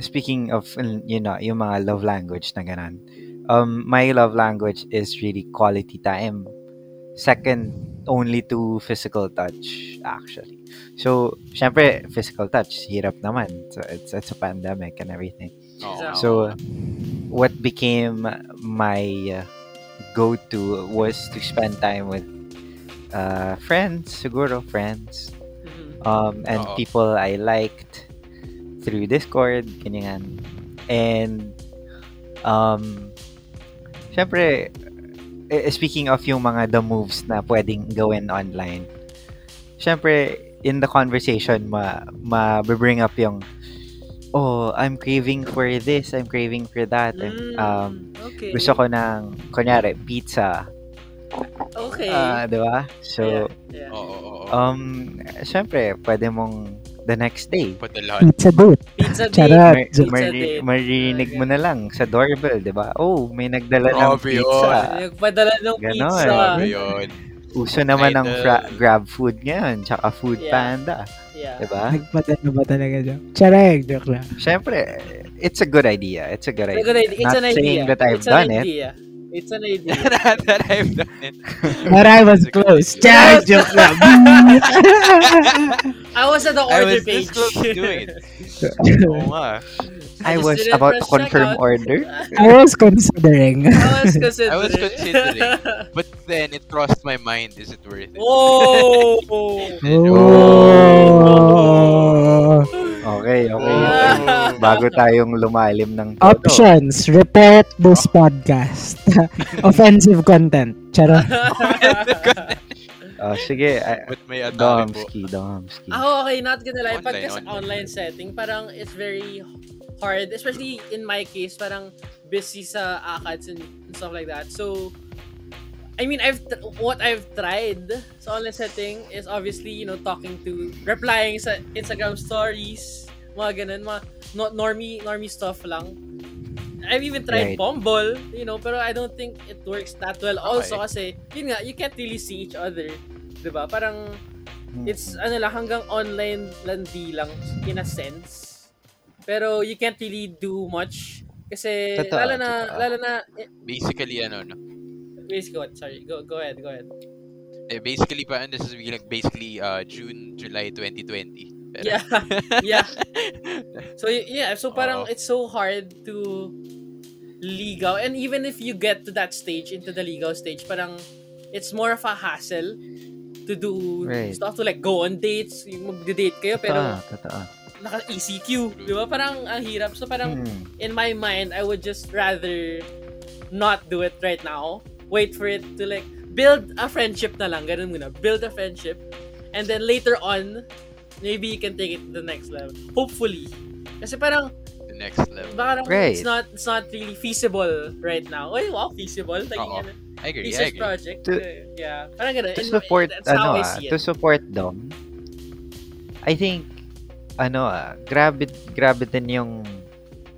S4: speaking of, you know, yung mga love language na ganun, um, my love language is really quality time. Second only to physical touch, actually. So, syempre, physical touch, hirap naman. So, it's, it's a pandemic and everything.
S1: Oo.
S4: So, uh, what became my uh, go-to was to spend time with uh, friends, siguro friends,
S3: Mhm.
S4: um, and
S1: Oo.
S4: people I liked through Discord, ganyan. And, um, syempre, eh, speaking of yung mga the moves na pwedeng gawin online, syempre, in the conversation, ma, ma bring up yung oh, I'm craving for this, I'm craving for that. I'm, um,
S3: Mm, okay.
S4: gusto ko ng, kunyari, pizza.
S3: Okay.
S4: Ah,
S2: uh,
S4: di ba? So,
S3: yeah.
S1: Oo, oo, oo.
S4: um, syempre, pwede mong the next day.
S1: Pati lahat.
S2: Pizza date.
S3: Pizza
S2: Charot.
S3: date.
S4: Mar-
S2: Pizza
S4: mari-
S3: date.
S4: maririnig mo na lang sa doorbell, di ba? Oh, may nagdala ng
S1: Grabe yun.
S4: pizza.
S3: Nagpadala ng
S4: Ganon.
S3: pizza.
S1: Grabe yun.
S4: Uso naman ang
S1: Idol.
S4: fra- grab food ngayon, tsaka food
S3: Yeah.
S4: panda,
S3: Yeah.
S4: di ba?
S2: Nagpadala ba talaga joke? Charag, joke lang.
S4: Syempre, it's a good idea. It's a good
S3: It's a
S4: idea.
S3: good idea. It's
S4: Not
S3: an idea.
S4: saying that I've
S3: it's an
S4: done it.
S3: idea. It's an idea.
S1: that I've done it.
S2: But I was close. Charag, joke lang.
S3: I was at the
S1: I was
S3: order
S1: this
S3: page.
S1: close to doing it. Oo nga.
S4: I
S3: Just
S4: was
S3: didn't
S4: about to
S3: press
S4: confirm
S3: checkout.
S4: order.
S2: I was considering.
S3: I was considering.
S1: I was considering. But then it crossed my mind, is it worth it?
S3: oh!
S2: Oh.
S4: Okay, okay. okay.
S1: Oh.
S4: Bago tayong lumalim ng todo.
S2: Options. Report this podcast. Offensive content. Charot.
S4: Oh, sige, I-
S1: But may atake po.
S4: Domsky, Domsky.
S3: Ako, okay, not gonna lie. Pag
S1: Online,
S3: kasi
S1: online.
S3: online setting, parang it's very hard. Especially in my case, parang busy sa ACADS and, and stuff like that. So, I mean, I've tr- what I've tried sa online setting is obviously, you know, talking to, replying sa Instagram stories, mga ganun, mga no, normie, normie stuff lang. I've even
S4: Right.
S3: tried Bumble, you know, pero I don't think it works that well.
S1: Okay.
S3: Also kasi, yun nga, you can't really see each other. 'di ba? Parang,
S4: Hmm.
S3: it's ano lang hanggang online landi lang in a sense. Pero you can't really do much kasi
S4: Totoo,
S3: lalo na
S4: totoo.
S3: lalo na eh,
S1: Basically, ano, no?
S3: wait, go ahead. Sorry. Go go ahead, go ahead.
S1: Eh, basically, pa, this is like basically uh, June, July 2020. Pero-
S3: Yeah. Yeah. So y- yeah, so parang
S1: Oo.
S3: it's so hard to ligaw and even if you get to that stage into the ligaw stage, parang it's more of a hassle to do
S4: Right. Ah.
S3: stuff to like go on dates, yung magde-date kayo pero
S4: Totoo, totoo.
S3: naka ECQ, 'di ba? Parang ang hirap. So parang
S4: Hmm.
S3: in my mind, I would just rather not do it right now. Wait for it to like build a friendship na lang. Ganun muna. Build a friendship. And then later on, maybe you can take it to the next level. Hopefully. Kasi parang,
S1: The next level.
S3: parang
S4: Right.
S3: it's not it's not really feasible right now. Ay, wow, feasible. Like,
S1: Oo.
S3: ano,
S1: I agree, I agree.
S3: research project.
S4: To-
S3: Eh, yeah. Parang ganun.
S4: to
S3: And
S4: support
S3: that's
S4: ano
S3: how I
S4: ah,
S3: see
S4: to
S3: it.
S4: support Dom. I think ano ah, grabe grabe din yung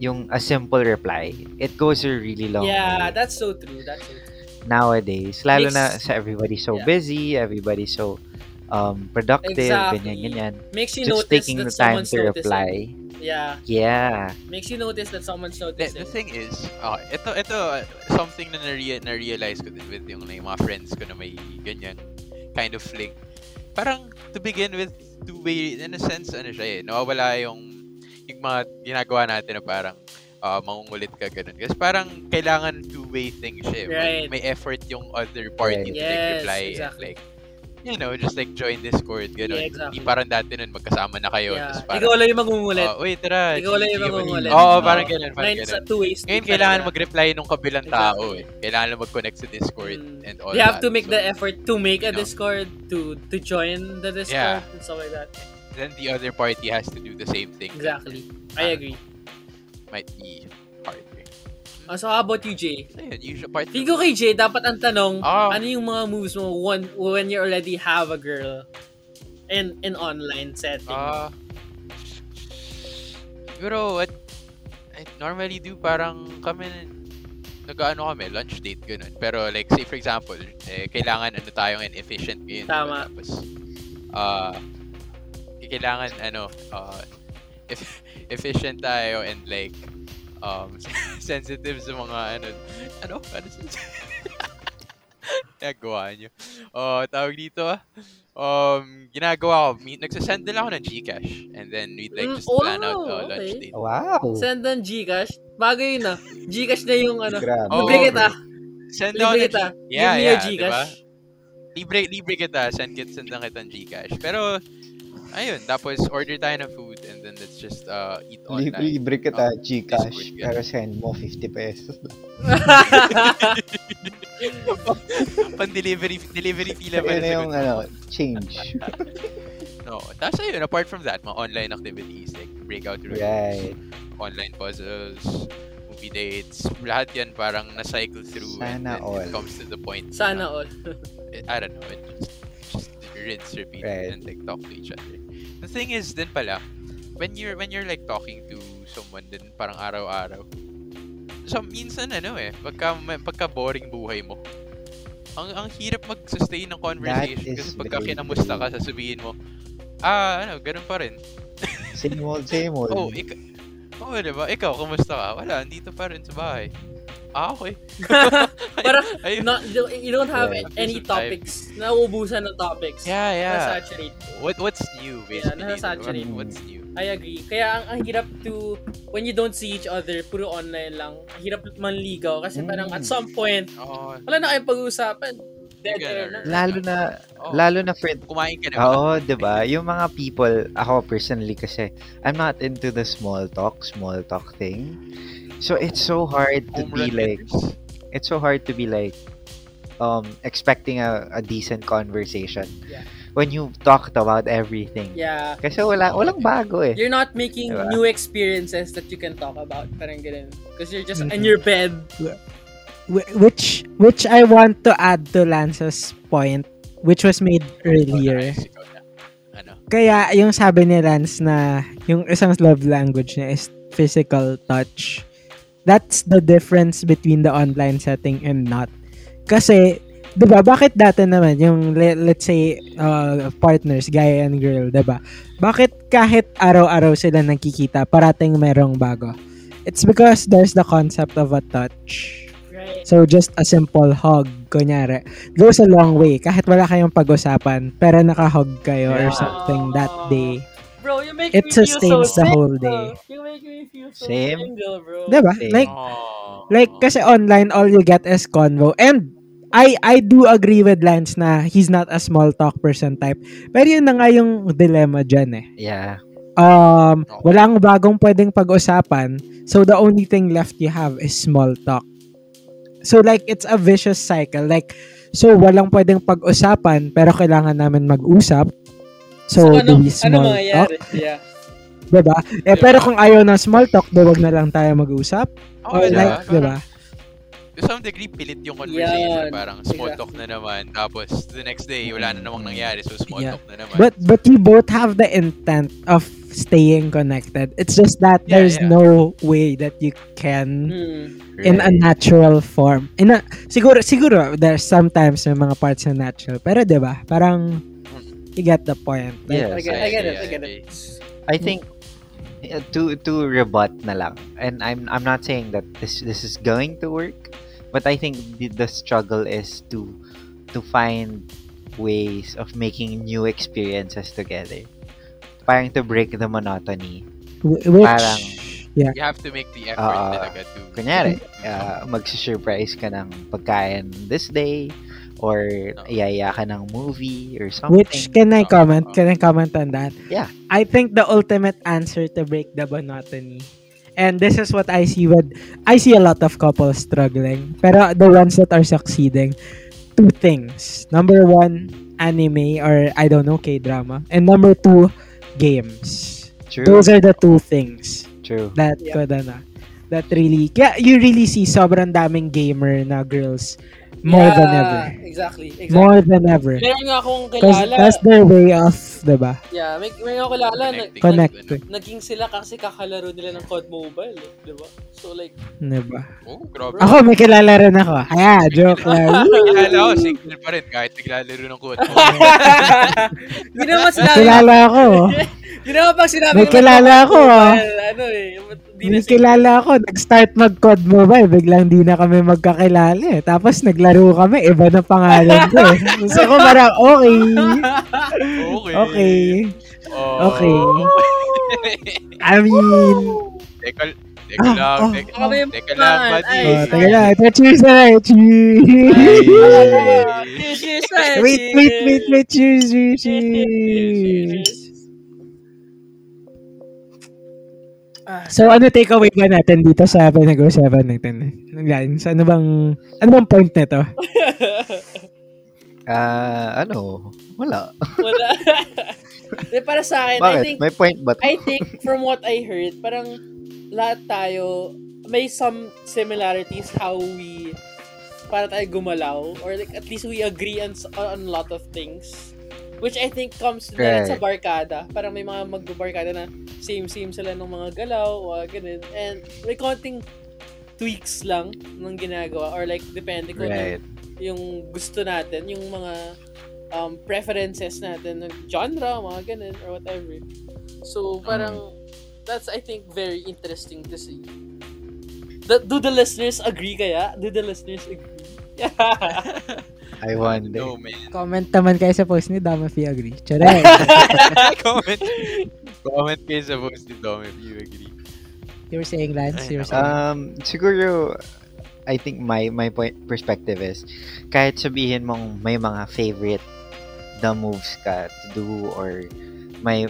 S4: yung a simple reply. It goes a really long
S3: Yeah,
S4: way
S3: that's so true. That's so true.
S4: nowadays. Lalo
S3: Makes-
S4: na sa everybody so
S3: Yeah.
S4: busy, everybody so um productive,
S3: Exactly.
S4: ganyan ganyan.
S3: Makes you
S4: Just
S3: notice
S4: taking
S3: that
S4: the time
S3: someone's
S4: to
S3: noticing.
S4: reply.
S3: Yeah.
S4: Yeah.
S3: Makes you notice that someone's
S1: The,
S3: noticing.
S1: the thing is, ah, ito, ito, ah, something na nare- na-realize ko din with yung, like, mga friends ko na may ganyan kind of fling. Parang, to begin with, two-way, in a sense, ano siya eh, nawawala yung, yung mga ginagawa natin na parang, ah, mangungulit ka, ganun. Kasi parang, kailangan two-way thing siya eh. May-
S3: Right.
S1: May, effort yung other
S4: Right.
S1: party to like,
S3: Yes,
S1: reply
S3: exactly.
S1: and, like, you know, just like join Discord, ganun.
S3: Yeah, exactly.
S1: Hindi parang dati nun, magkasama na kayo.
S3: Yeah.
S1: Tapos parang,
S3: Ikaw lang yung mangungulit.
S1: ah, wait, tara.
S3: Ikaw lang
S1: GG,
S3: yung
S1: wait.
S3: mangungulit. Ah.
S1: Oo,
S4: Oo.
S1: parang ganun, parang
S3: Nine
S1: ganun.
S3: sa two ways.
S1: Ngayon,
S3: street
S1: kailangan
S3: talaga.
S1: mag-reply nung kabilang
S3: Exactly.
S1: tao eh. Kailangan lang mag-connect sa Discord
S3: Mm.
S1: and all
S3: You have
S1: that.
S3: to make
S1: So,
S3: the effort to make
S1: you
S3: a
S1: know.
S3: Discord, to to join the Discord, and stuff like that.
S1: Then the other party has to do the same thing.
S3: Exactly. I agree.
S1: Might be harder.
S3: Uh, so, how about you, Jay?
S1: So yun, usual part
S3: Feel ko kay Jay, dapat ang tanong,
S1: Ah.
S3: ano yung mga moves mo when, when you already have a girl in in online setting?
S1: Ah. siguro, what I normally do, parang kami, nag-ano kami, lunch date, ganun. Pero like, say for example, eh, kailangan ano tayo ngayon, efficient ngayon. diba?
S3: Tama.
S1: Tapos, ah, kailangan ano, ah, eff- efficient tayo and like, um, sensitive sa mga ano, ano, ano, nagawa nyo. Oh, tawag dito ah. Um, ginagawa ko, mi- nagsasend nila ako ng Gcash. And then we'd like
S3: Mm,
S1: just plan out
S3: wow,
S1: uh, lunch date.
S3: okay.
S4: Wow.
S3: Send ng Gcash. Bagay yun ah. Gcash na yung ano.
S4: Grabe.
S1: Oo,
S3: Libre kita.
S1: Oh, Send ako
S3: Libre
S1: ng
S3: kita.
S1: G- Yeah,
S3: Give me
S1: yeah,
S3: your
S1: diba?
S3: Gcash.
S1: Libre, libre kita. Send, kit, send lang kita ng Gcash. Pero, ayun. Tapos, order tayo ng food. And then, let's just uh, eat online.
S5: Libre, libre kita,
S1: Oh, Discord,
S5: Gcash.
S1: yeah.
S5: Pero send mo 50 pesos.
S1: Pan-delivery delivery fee
S5: Yun
S1: lang. pala
S5: na yung ano,
S1: sagot.
S5: change.
S1: Oo, Oo. Tapos ayun, apart from that, mga online activities like breakout rooms,
S4: Right.
S1: online puzzles, movie dates, lahat yan parang na-cycle through and
S4: Sana
S1: then
S4: all.
S1: it comes to the point.
S3: Sana
S1: na,
S3: all.
S1: I don't know, it just, just rinse, repeat,
S4: Right.
S1: and like talk to each other. The thing is, din pala, when you're when you're like talking to someone din parang araw-araw, so minsan ano eh, pagka, pagka boring buhay mo, ang ang hirap mag-sustain ng conversation
S5: That
S1: kasi
S5: is
S1: pagka
S5: very
S1: kinamusta
S5: true.
S1: ka, sasabihin mo, ah, ano, ganun pa rin.
S5: Same old, same old.
S1: Oh, ik Oo, di ba? Ikaw, kumusta ka? Wala, andito pa rin sa bahay. Ah, okay.
S3: Parang
S1: Ayun.
S3: Not, you don't- you don't have
S4: Yeah.
S3: any
S1: Ubusan tayo.
S3: topics. Nauubusan ng topics.
S1: yeah, yeah.
S3: Nasaturate.
S1: What, what's new,
S3: Yeah,
S1: basically? di ba?
S3: nasaturate.
S1: What's new?
S3: I agree. Kaya ang, ang hirap to, when you don't see each other, puro online lang, ang hirap manligaw. Kasi parang
S4: Mm.
S3: at some point,
S1: Oh,
S3: wala na kayong pag-uusapan. Dead
S1: You're
S3: air na.
S1: gonna-
S4: Lalo na,
S1: oh.
S4: lalo na for
S1: Kumain ka na ba?
S4: Oo, 'di ba? Yung mga people, ako personally kasi I'm not into the small talk, small talk thing. So it's so hard to
S1: Home
S4: be
S1: run
S4: like
S1: hitters.
S4: it's so hard to be like um expecting a, a decent conversation
S3: Yeah.
S4: when you talked about everything.
S3: Yeah.
S4: Kasi wala walang bago eh.
S3: You're not making
S4: Diba?
S3: new experiences that you can talk about. Parang ganun. Because you're just in
S4: Mm.
S2: Mhm.
S3: your bed.
S2: Wh- which which I want to add to Lance's point which was made
S1: Ikaw na,
S2: earlier.
S1: guys, ikaw na. Ano?
S2: Kaya yung sabi ni Lance na yung isang love language niya is physical touch. That's the difference between the online setting and not. Kasi, di ba, bakit dati naman yung, le- let's say, uh, partners, guy and girl, di ba? Bakit kahit araw-araw sila nakikita, parating merong bago? It's because there's the concept of a touch.
S3: Right.
S2: So, just a simple hug, kunyari, goes a long way. Kahit wala kayong pag-usapan, pero nakahug kayo or
S4: Yeah.
S2: something that day.
S3: Bro, you make
S2: It
S3: me feel so
S2: sustains the
S3: single.
S2: whole day.
S3: You make me feel so
S4: Same.
S3: single, bro.
S2: Diba?
S4: Same.
S2: Like,
S1: Oh.
S2: like, kasi online, all you get is convo. And, I I do agree with Lance na he's not a small talk person type. Pero yun na nga yung dilemma dyan eh.
S4: Yeah.
S2: Um, wala ang bagong pwedeng pag-usapan. So, the only thing left you have is small talk. So, like, it's a vicious cycle. Like, so, walang pwedeng pag-usapan, pero kailangan namin mag-usap. So, do we small talk?
S3: ano- mangyayari? Yeah.
S2: Diba? Eh,
S1: Diba?
S2: pero kung ayaw ng small talk, di wag na lang tayo mag-usap.
S1: Oh,
S2: Or
S1: diba?
S2: like, diba?
S1: To some degree, pilit yung conversation.
S3: Yan.
S1: Parang small
S3: Exactly.
S1: talk na naman. Tapos, the next day, wala na namang nangyari. So, small
S2: Yeah.
S1: talk na naman.
S2: But, but you both have the intent of staying connected. It's just that
S1: Yeah,
S2: there's
S1: yeah.
S2: no way that you can
S3: Hmm.
S2: in a natural form. In a, siguro, siguro, there's sometimes may mga parts na natural. Pero 'di ba parang, you get the point. Like,
S4: Yes,
S3: I get, I get it.
S1: I
S3: I get
S1: agree.
S3: it.
S4: I think uh, to to rebut na lang. And I'm I'm not saying that this this is going to work, but I think the, the struggle is to to find ways of making new experiences together. Parang to break the monotony.
S2: wh- Which,
S4: Parang-
S2: yeah.
S1: You have to make the effort
S4: Ah,
S1: talaga to...
S4: Kunyari, uh, magsusurprise ka ng pagkain this day or iyaya ka ng movie or something.
S2: Which, can I
S1: uh,
S2: comment?
S1: uh,
S2: Can I comment on that?
S4: Yeah.
S2: I think the ultimate answer to break the monotony And this is what I see with I see a lot of couples struggling. Pero the ones that are succeeding, two things. Number one, anime or I don't know, K-drama. And number two, games.
S4: true,
S2: Those are the two things
S4: true.
S2: that
S3: Yeah.
S2: ko na na. That really, kaya you really see sobrang daming gamer na girls more
S3: Yeah,
S2: than ever.
S3: Exactly. exactly.
S2: More than ever.
S3: Meron nga akong
S2: Because
S3: kilala.
S2: that's their way of, diba?
S3: Yeah, may, may akong kilala. Na,
S1: Connecting.
S3: nag-
S2: Connecting.
S3: naging sila kasi kakalaro nila ng COD Mobile. eh, Di ba? So like,
S2: Diba?
S1: Oh, grabe.
S2: Ako, may kilala rin ako. Haya, joke lang.
S1: Kilala ko, single pa rin kahit naglalaro ng kuwat mo.
S3: yun naman sinabi.
S2: kilala ako.
S3: Yun naman pag sinabi.
S2: May
S3: ko,
S2: kilala
S3: "Nag-COD
S2: ako, ah."
S3: Mobile," Ano eh. ba't Di na
S2: May
S3: sila.
S2: kilala ako. Nag-start mag-code mobile. Biglang di na kami magkakilala eh. Tapos naglaro kami. Iba na pangalan ko eh. Gusto ko parang, okay.
S1: Okay.
S2: Okay.
S1: Oh.
S2: Okay. I mean, oh,
S1: Teka, teka
S2: Ah,
S1: lang.
S2: oh.
S1: Teka,
S3: Ako ba yung
S1: teka lang,
S3: man?
S1: buddy.
S3: Ay.
S2: Oh, taga lang. Ito, cheers na lang. Cheers.
S3: Ah, cheers, cheers, ah,
S2: wait, wait, wait, wait. Cheers, cheers,
S3: Cheers,
S2: cheers.
S3: cheers. Ah,
S2: So, ano takeaway ba natin dito sa pinag-uusapan natin? Lance, ano bang, ano bang point nito?
S4: Ah, Uh, ano? Wala.
S3: wala. Hindi, para sa akin, I think,
S4: Bakit? May point ba? to?
S3: I think from what I heard, parang lahat tayo, may some similarities how we, para tayo gumalaw, or like at least we agree on, s- on a lot of things. Which I think comes na rin sa barkada. Parang may mga magbabarkada na same-same sila ng mga galaw, o ganun. And may konting tweaks lang ng ginagawa or like depende kung ano
S4: Right.
S3: yung gusto natin, yung mga um, preferences natin, ng genre, mga ganun, or whatever. So, parang, that's, I think, very interesting to see. Do- do the listeners agree kaya? Do the listeners agree? Yeah.
S4: I wonder.
S1: No, man.
S2: Comment naman kayo sa post ni Dama if you agree. Charay.
S1: comment. comment kayo sa post ni Dom if you agree.
S2: you were saying, Lance? You were saying.
S4: Um, siguro, I think my my point perspective is, kahit sabihin mong may mga favorite the moves ka to do or may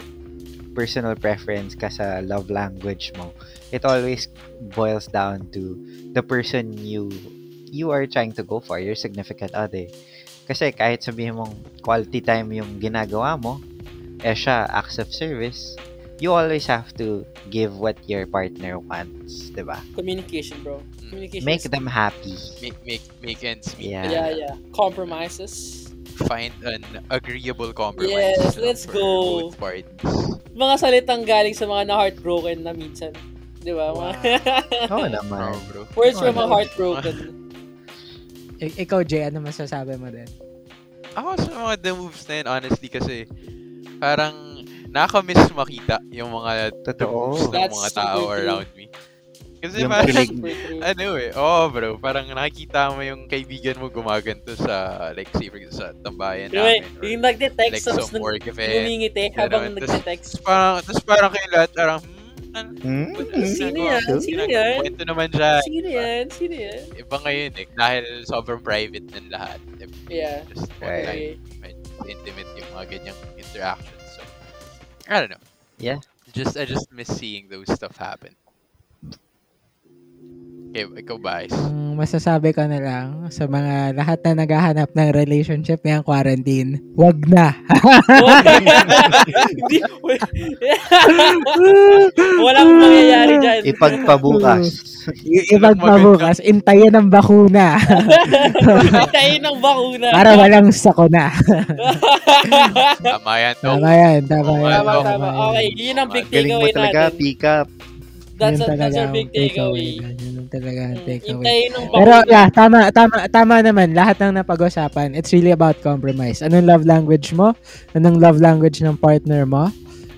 S4: personal preference ka sa love language mo, it always boils down to the person you you are trying to go for, your significant other. Kasi kahit sabihin mong quality time yung ginagawa mo, eh siya, acts of service, you always have to give what your partner wants, di ba?
S3: Communication, bro. Communication.
S4: Make
S3: is-
S4: them happy.
S1: Make, make, make ends meet.
S4: Yeah.
S3: Yeah, yeah. Compromises.
S1: Find an agreeable compromise.
S3: Yes,
S1: no,
S3: let's
S1: for
S3: go.
S1: Both parties.
S3: Mga salitang galing sa mga na-heartbroken na minsan. Di ba? Mga-
S4: Oo
S1: Bro,
S4: naman.
S1: bro.
S3: Words from a
S4: Wow.
S3: heartbroken.
S2: Ik- ikaw, Jay, ano masasabi mo din?
S1: Ako sa mga the moves na yun, honestly, kasi parang nakaka-miss makita yung mga the
S4: Totoo.
S1: moves ng
S3: That's
S1: mga tao
S3: super true.
S1: around me. Kasi
S4: Yung
S1: parang,
S4: kilig.
S3: Super true.
S1: ano eh, oh bro, parang nakikita mo yung kaibigan mo gumaganto sa, like, say, for example, sa tambayan
S3: Pero wait,
S1: namin. or,
S3: yung
S1: like,
S3: nagte-text tapos
S1: some
S3: nung
S1: work event.
S3: ngumingiti
S1: Ganun.
S3: habang
S1: Tas-
S3: nagte-text.
S1: tas parang, tas parang kayo lahat, parang, hmm, ano,
S4: Hmm?
S3: Sino yan? Sino yan?
S1: Kwento naman siya.
S3: Sino yan? Sino yan?
S1: Iba ngayon eh, dahil sobrang private ng lahat.
S3: Yeah.
S1: Just
S4: Right.
S1: online.
S3: Okay.
S1: intimate yung mga ganyang interactions. So, I don't know.
S4: Yeah.
S1: Just I just miss seeing those stuff happen. Okay, ikaw ba? Ice?
S2: Ang masasabi ko na lang sa mga lahat na naghahanap ng relationship ngayong quarantine, wag na.
S3: Hindi. Walang mangyayari dyan.
S4: Ipagpabukas.
S2: I- Ibang pabukas, intayin ang bakuna
S3: Patayin ng bakuna.
S2: para walang sako na.
S1: Tama yan, Tong.
S2: Tama yan, tama
S1: Tama,
S2: yan.
S3: Tama, tama.
S2: yan.
S3: Okay, yun ang big
S4: Galing mo
S3: takeaway
S4: talaga,
S3: natin.
S4: pick up.
S3: That's,
S2: Yun
S3: a, that's our
S2: ang
S3: big takeaway.
S2: na- Yun ang talaga ang
S3: Mm,
S2: takeaway.
S3: Intayin ng
S2: Pero
S3: bakuna.
S2: yeah, tama, tama, tama naman. Lahat ng napag-usapan, it's really about compromise. Anong love language mo? Anong love language ng partner mo?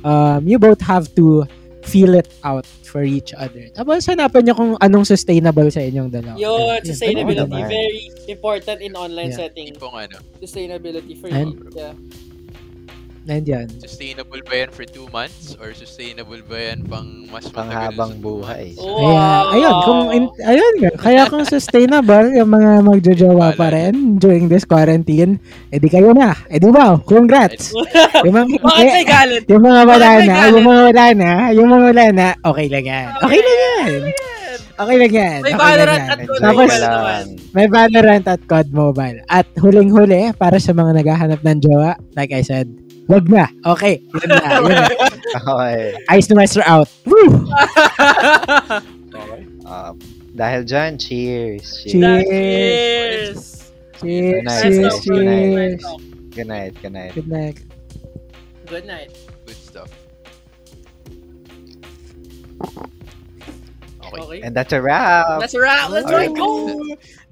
S2: Um, you both have to feel it out for each other. Tapos hanapan niyo kung anong sustainable sa inyong dalawa.
S3: Yun,
S2: Yun,
S4: Oo
S3: sustainability.
S4: naman.
S3: Very important in online
S2: Yeah.
S3: setting.
S1: Tipong ano,
S3: Sustainability for
S2: And-
S3: you. Yeah.
S2: Nandiyan.
S1: sustainable ba yan for two months? Or sustainable ba yan pang mas matagal
S4: Panghabang
S1: sa two
S4: buhay.
S1: months?
S3: Oh.
S2: Kaya, ayun, kung in- ayun, nga. kaya kung sustainable yung mga magjojowa pa rin during this quarantine, edi kayo na. Edi wow, congrats. yung mga,
S3: Bakit may galit?
S2: yung mga wala
S3: Bakit may
S2: na,
S3: galit?
S2: yung mga wala na, yung mga wala na, okay lang yan. Okay lang yan. Okay lang yan.
S3: May
S2: okay lang
S3: Valorant
S2: yan.
S3: at Good
S2: Tapos,
S3: Mobile naman.
S2: may Valorant at COD Mobile. At huling-huli, para sa mga naghahanap ng jowa, like I said, wag na. Okay, yun na. Yun na.
S4: Okay.
S2: Ice na Master out. Woo!
S4: Um, dahil dyan, cheers.
S2: Cheers.
S4: Cheers.
S3: Cheers!
S2: Cheers,
S4: Nice,
S2: cheers,
S4: nice,
S2: cheers.
S4: Good night, good night.
S2: Good night.
S3: Good night.
S1: Good stuff. Okay.
S3: Okay.
S4: And that's a wrap.
S3: That's a wrap. Let's
S4: uh, Alright.
S3: go.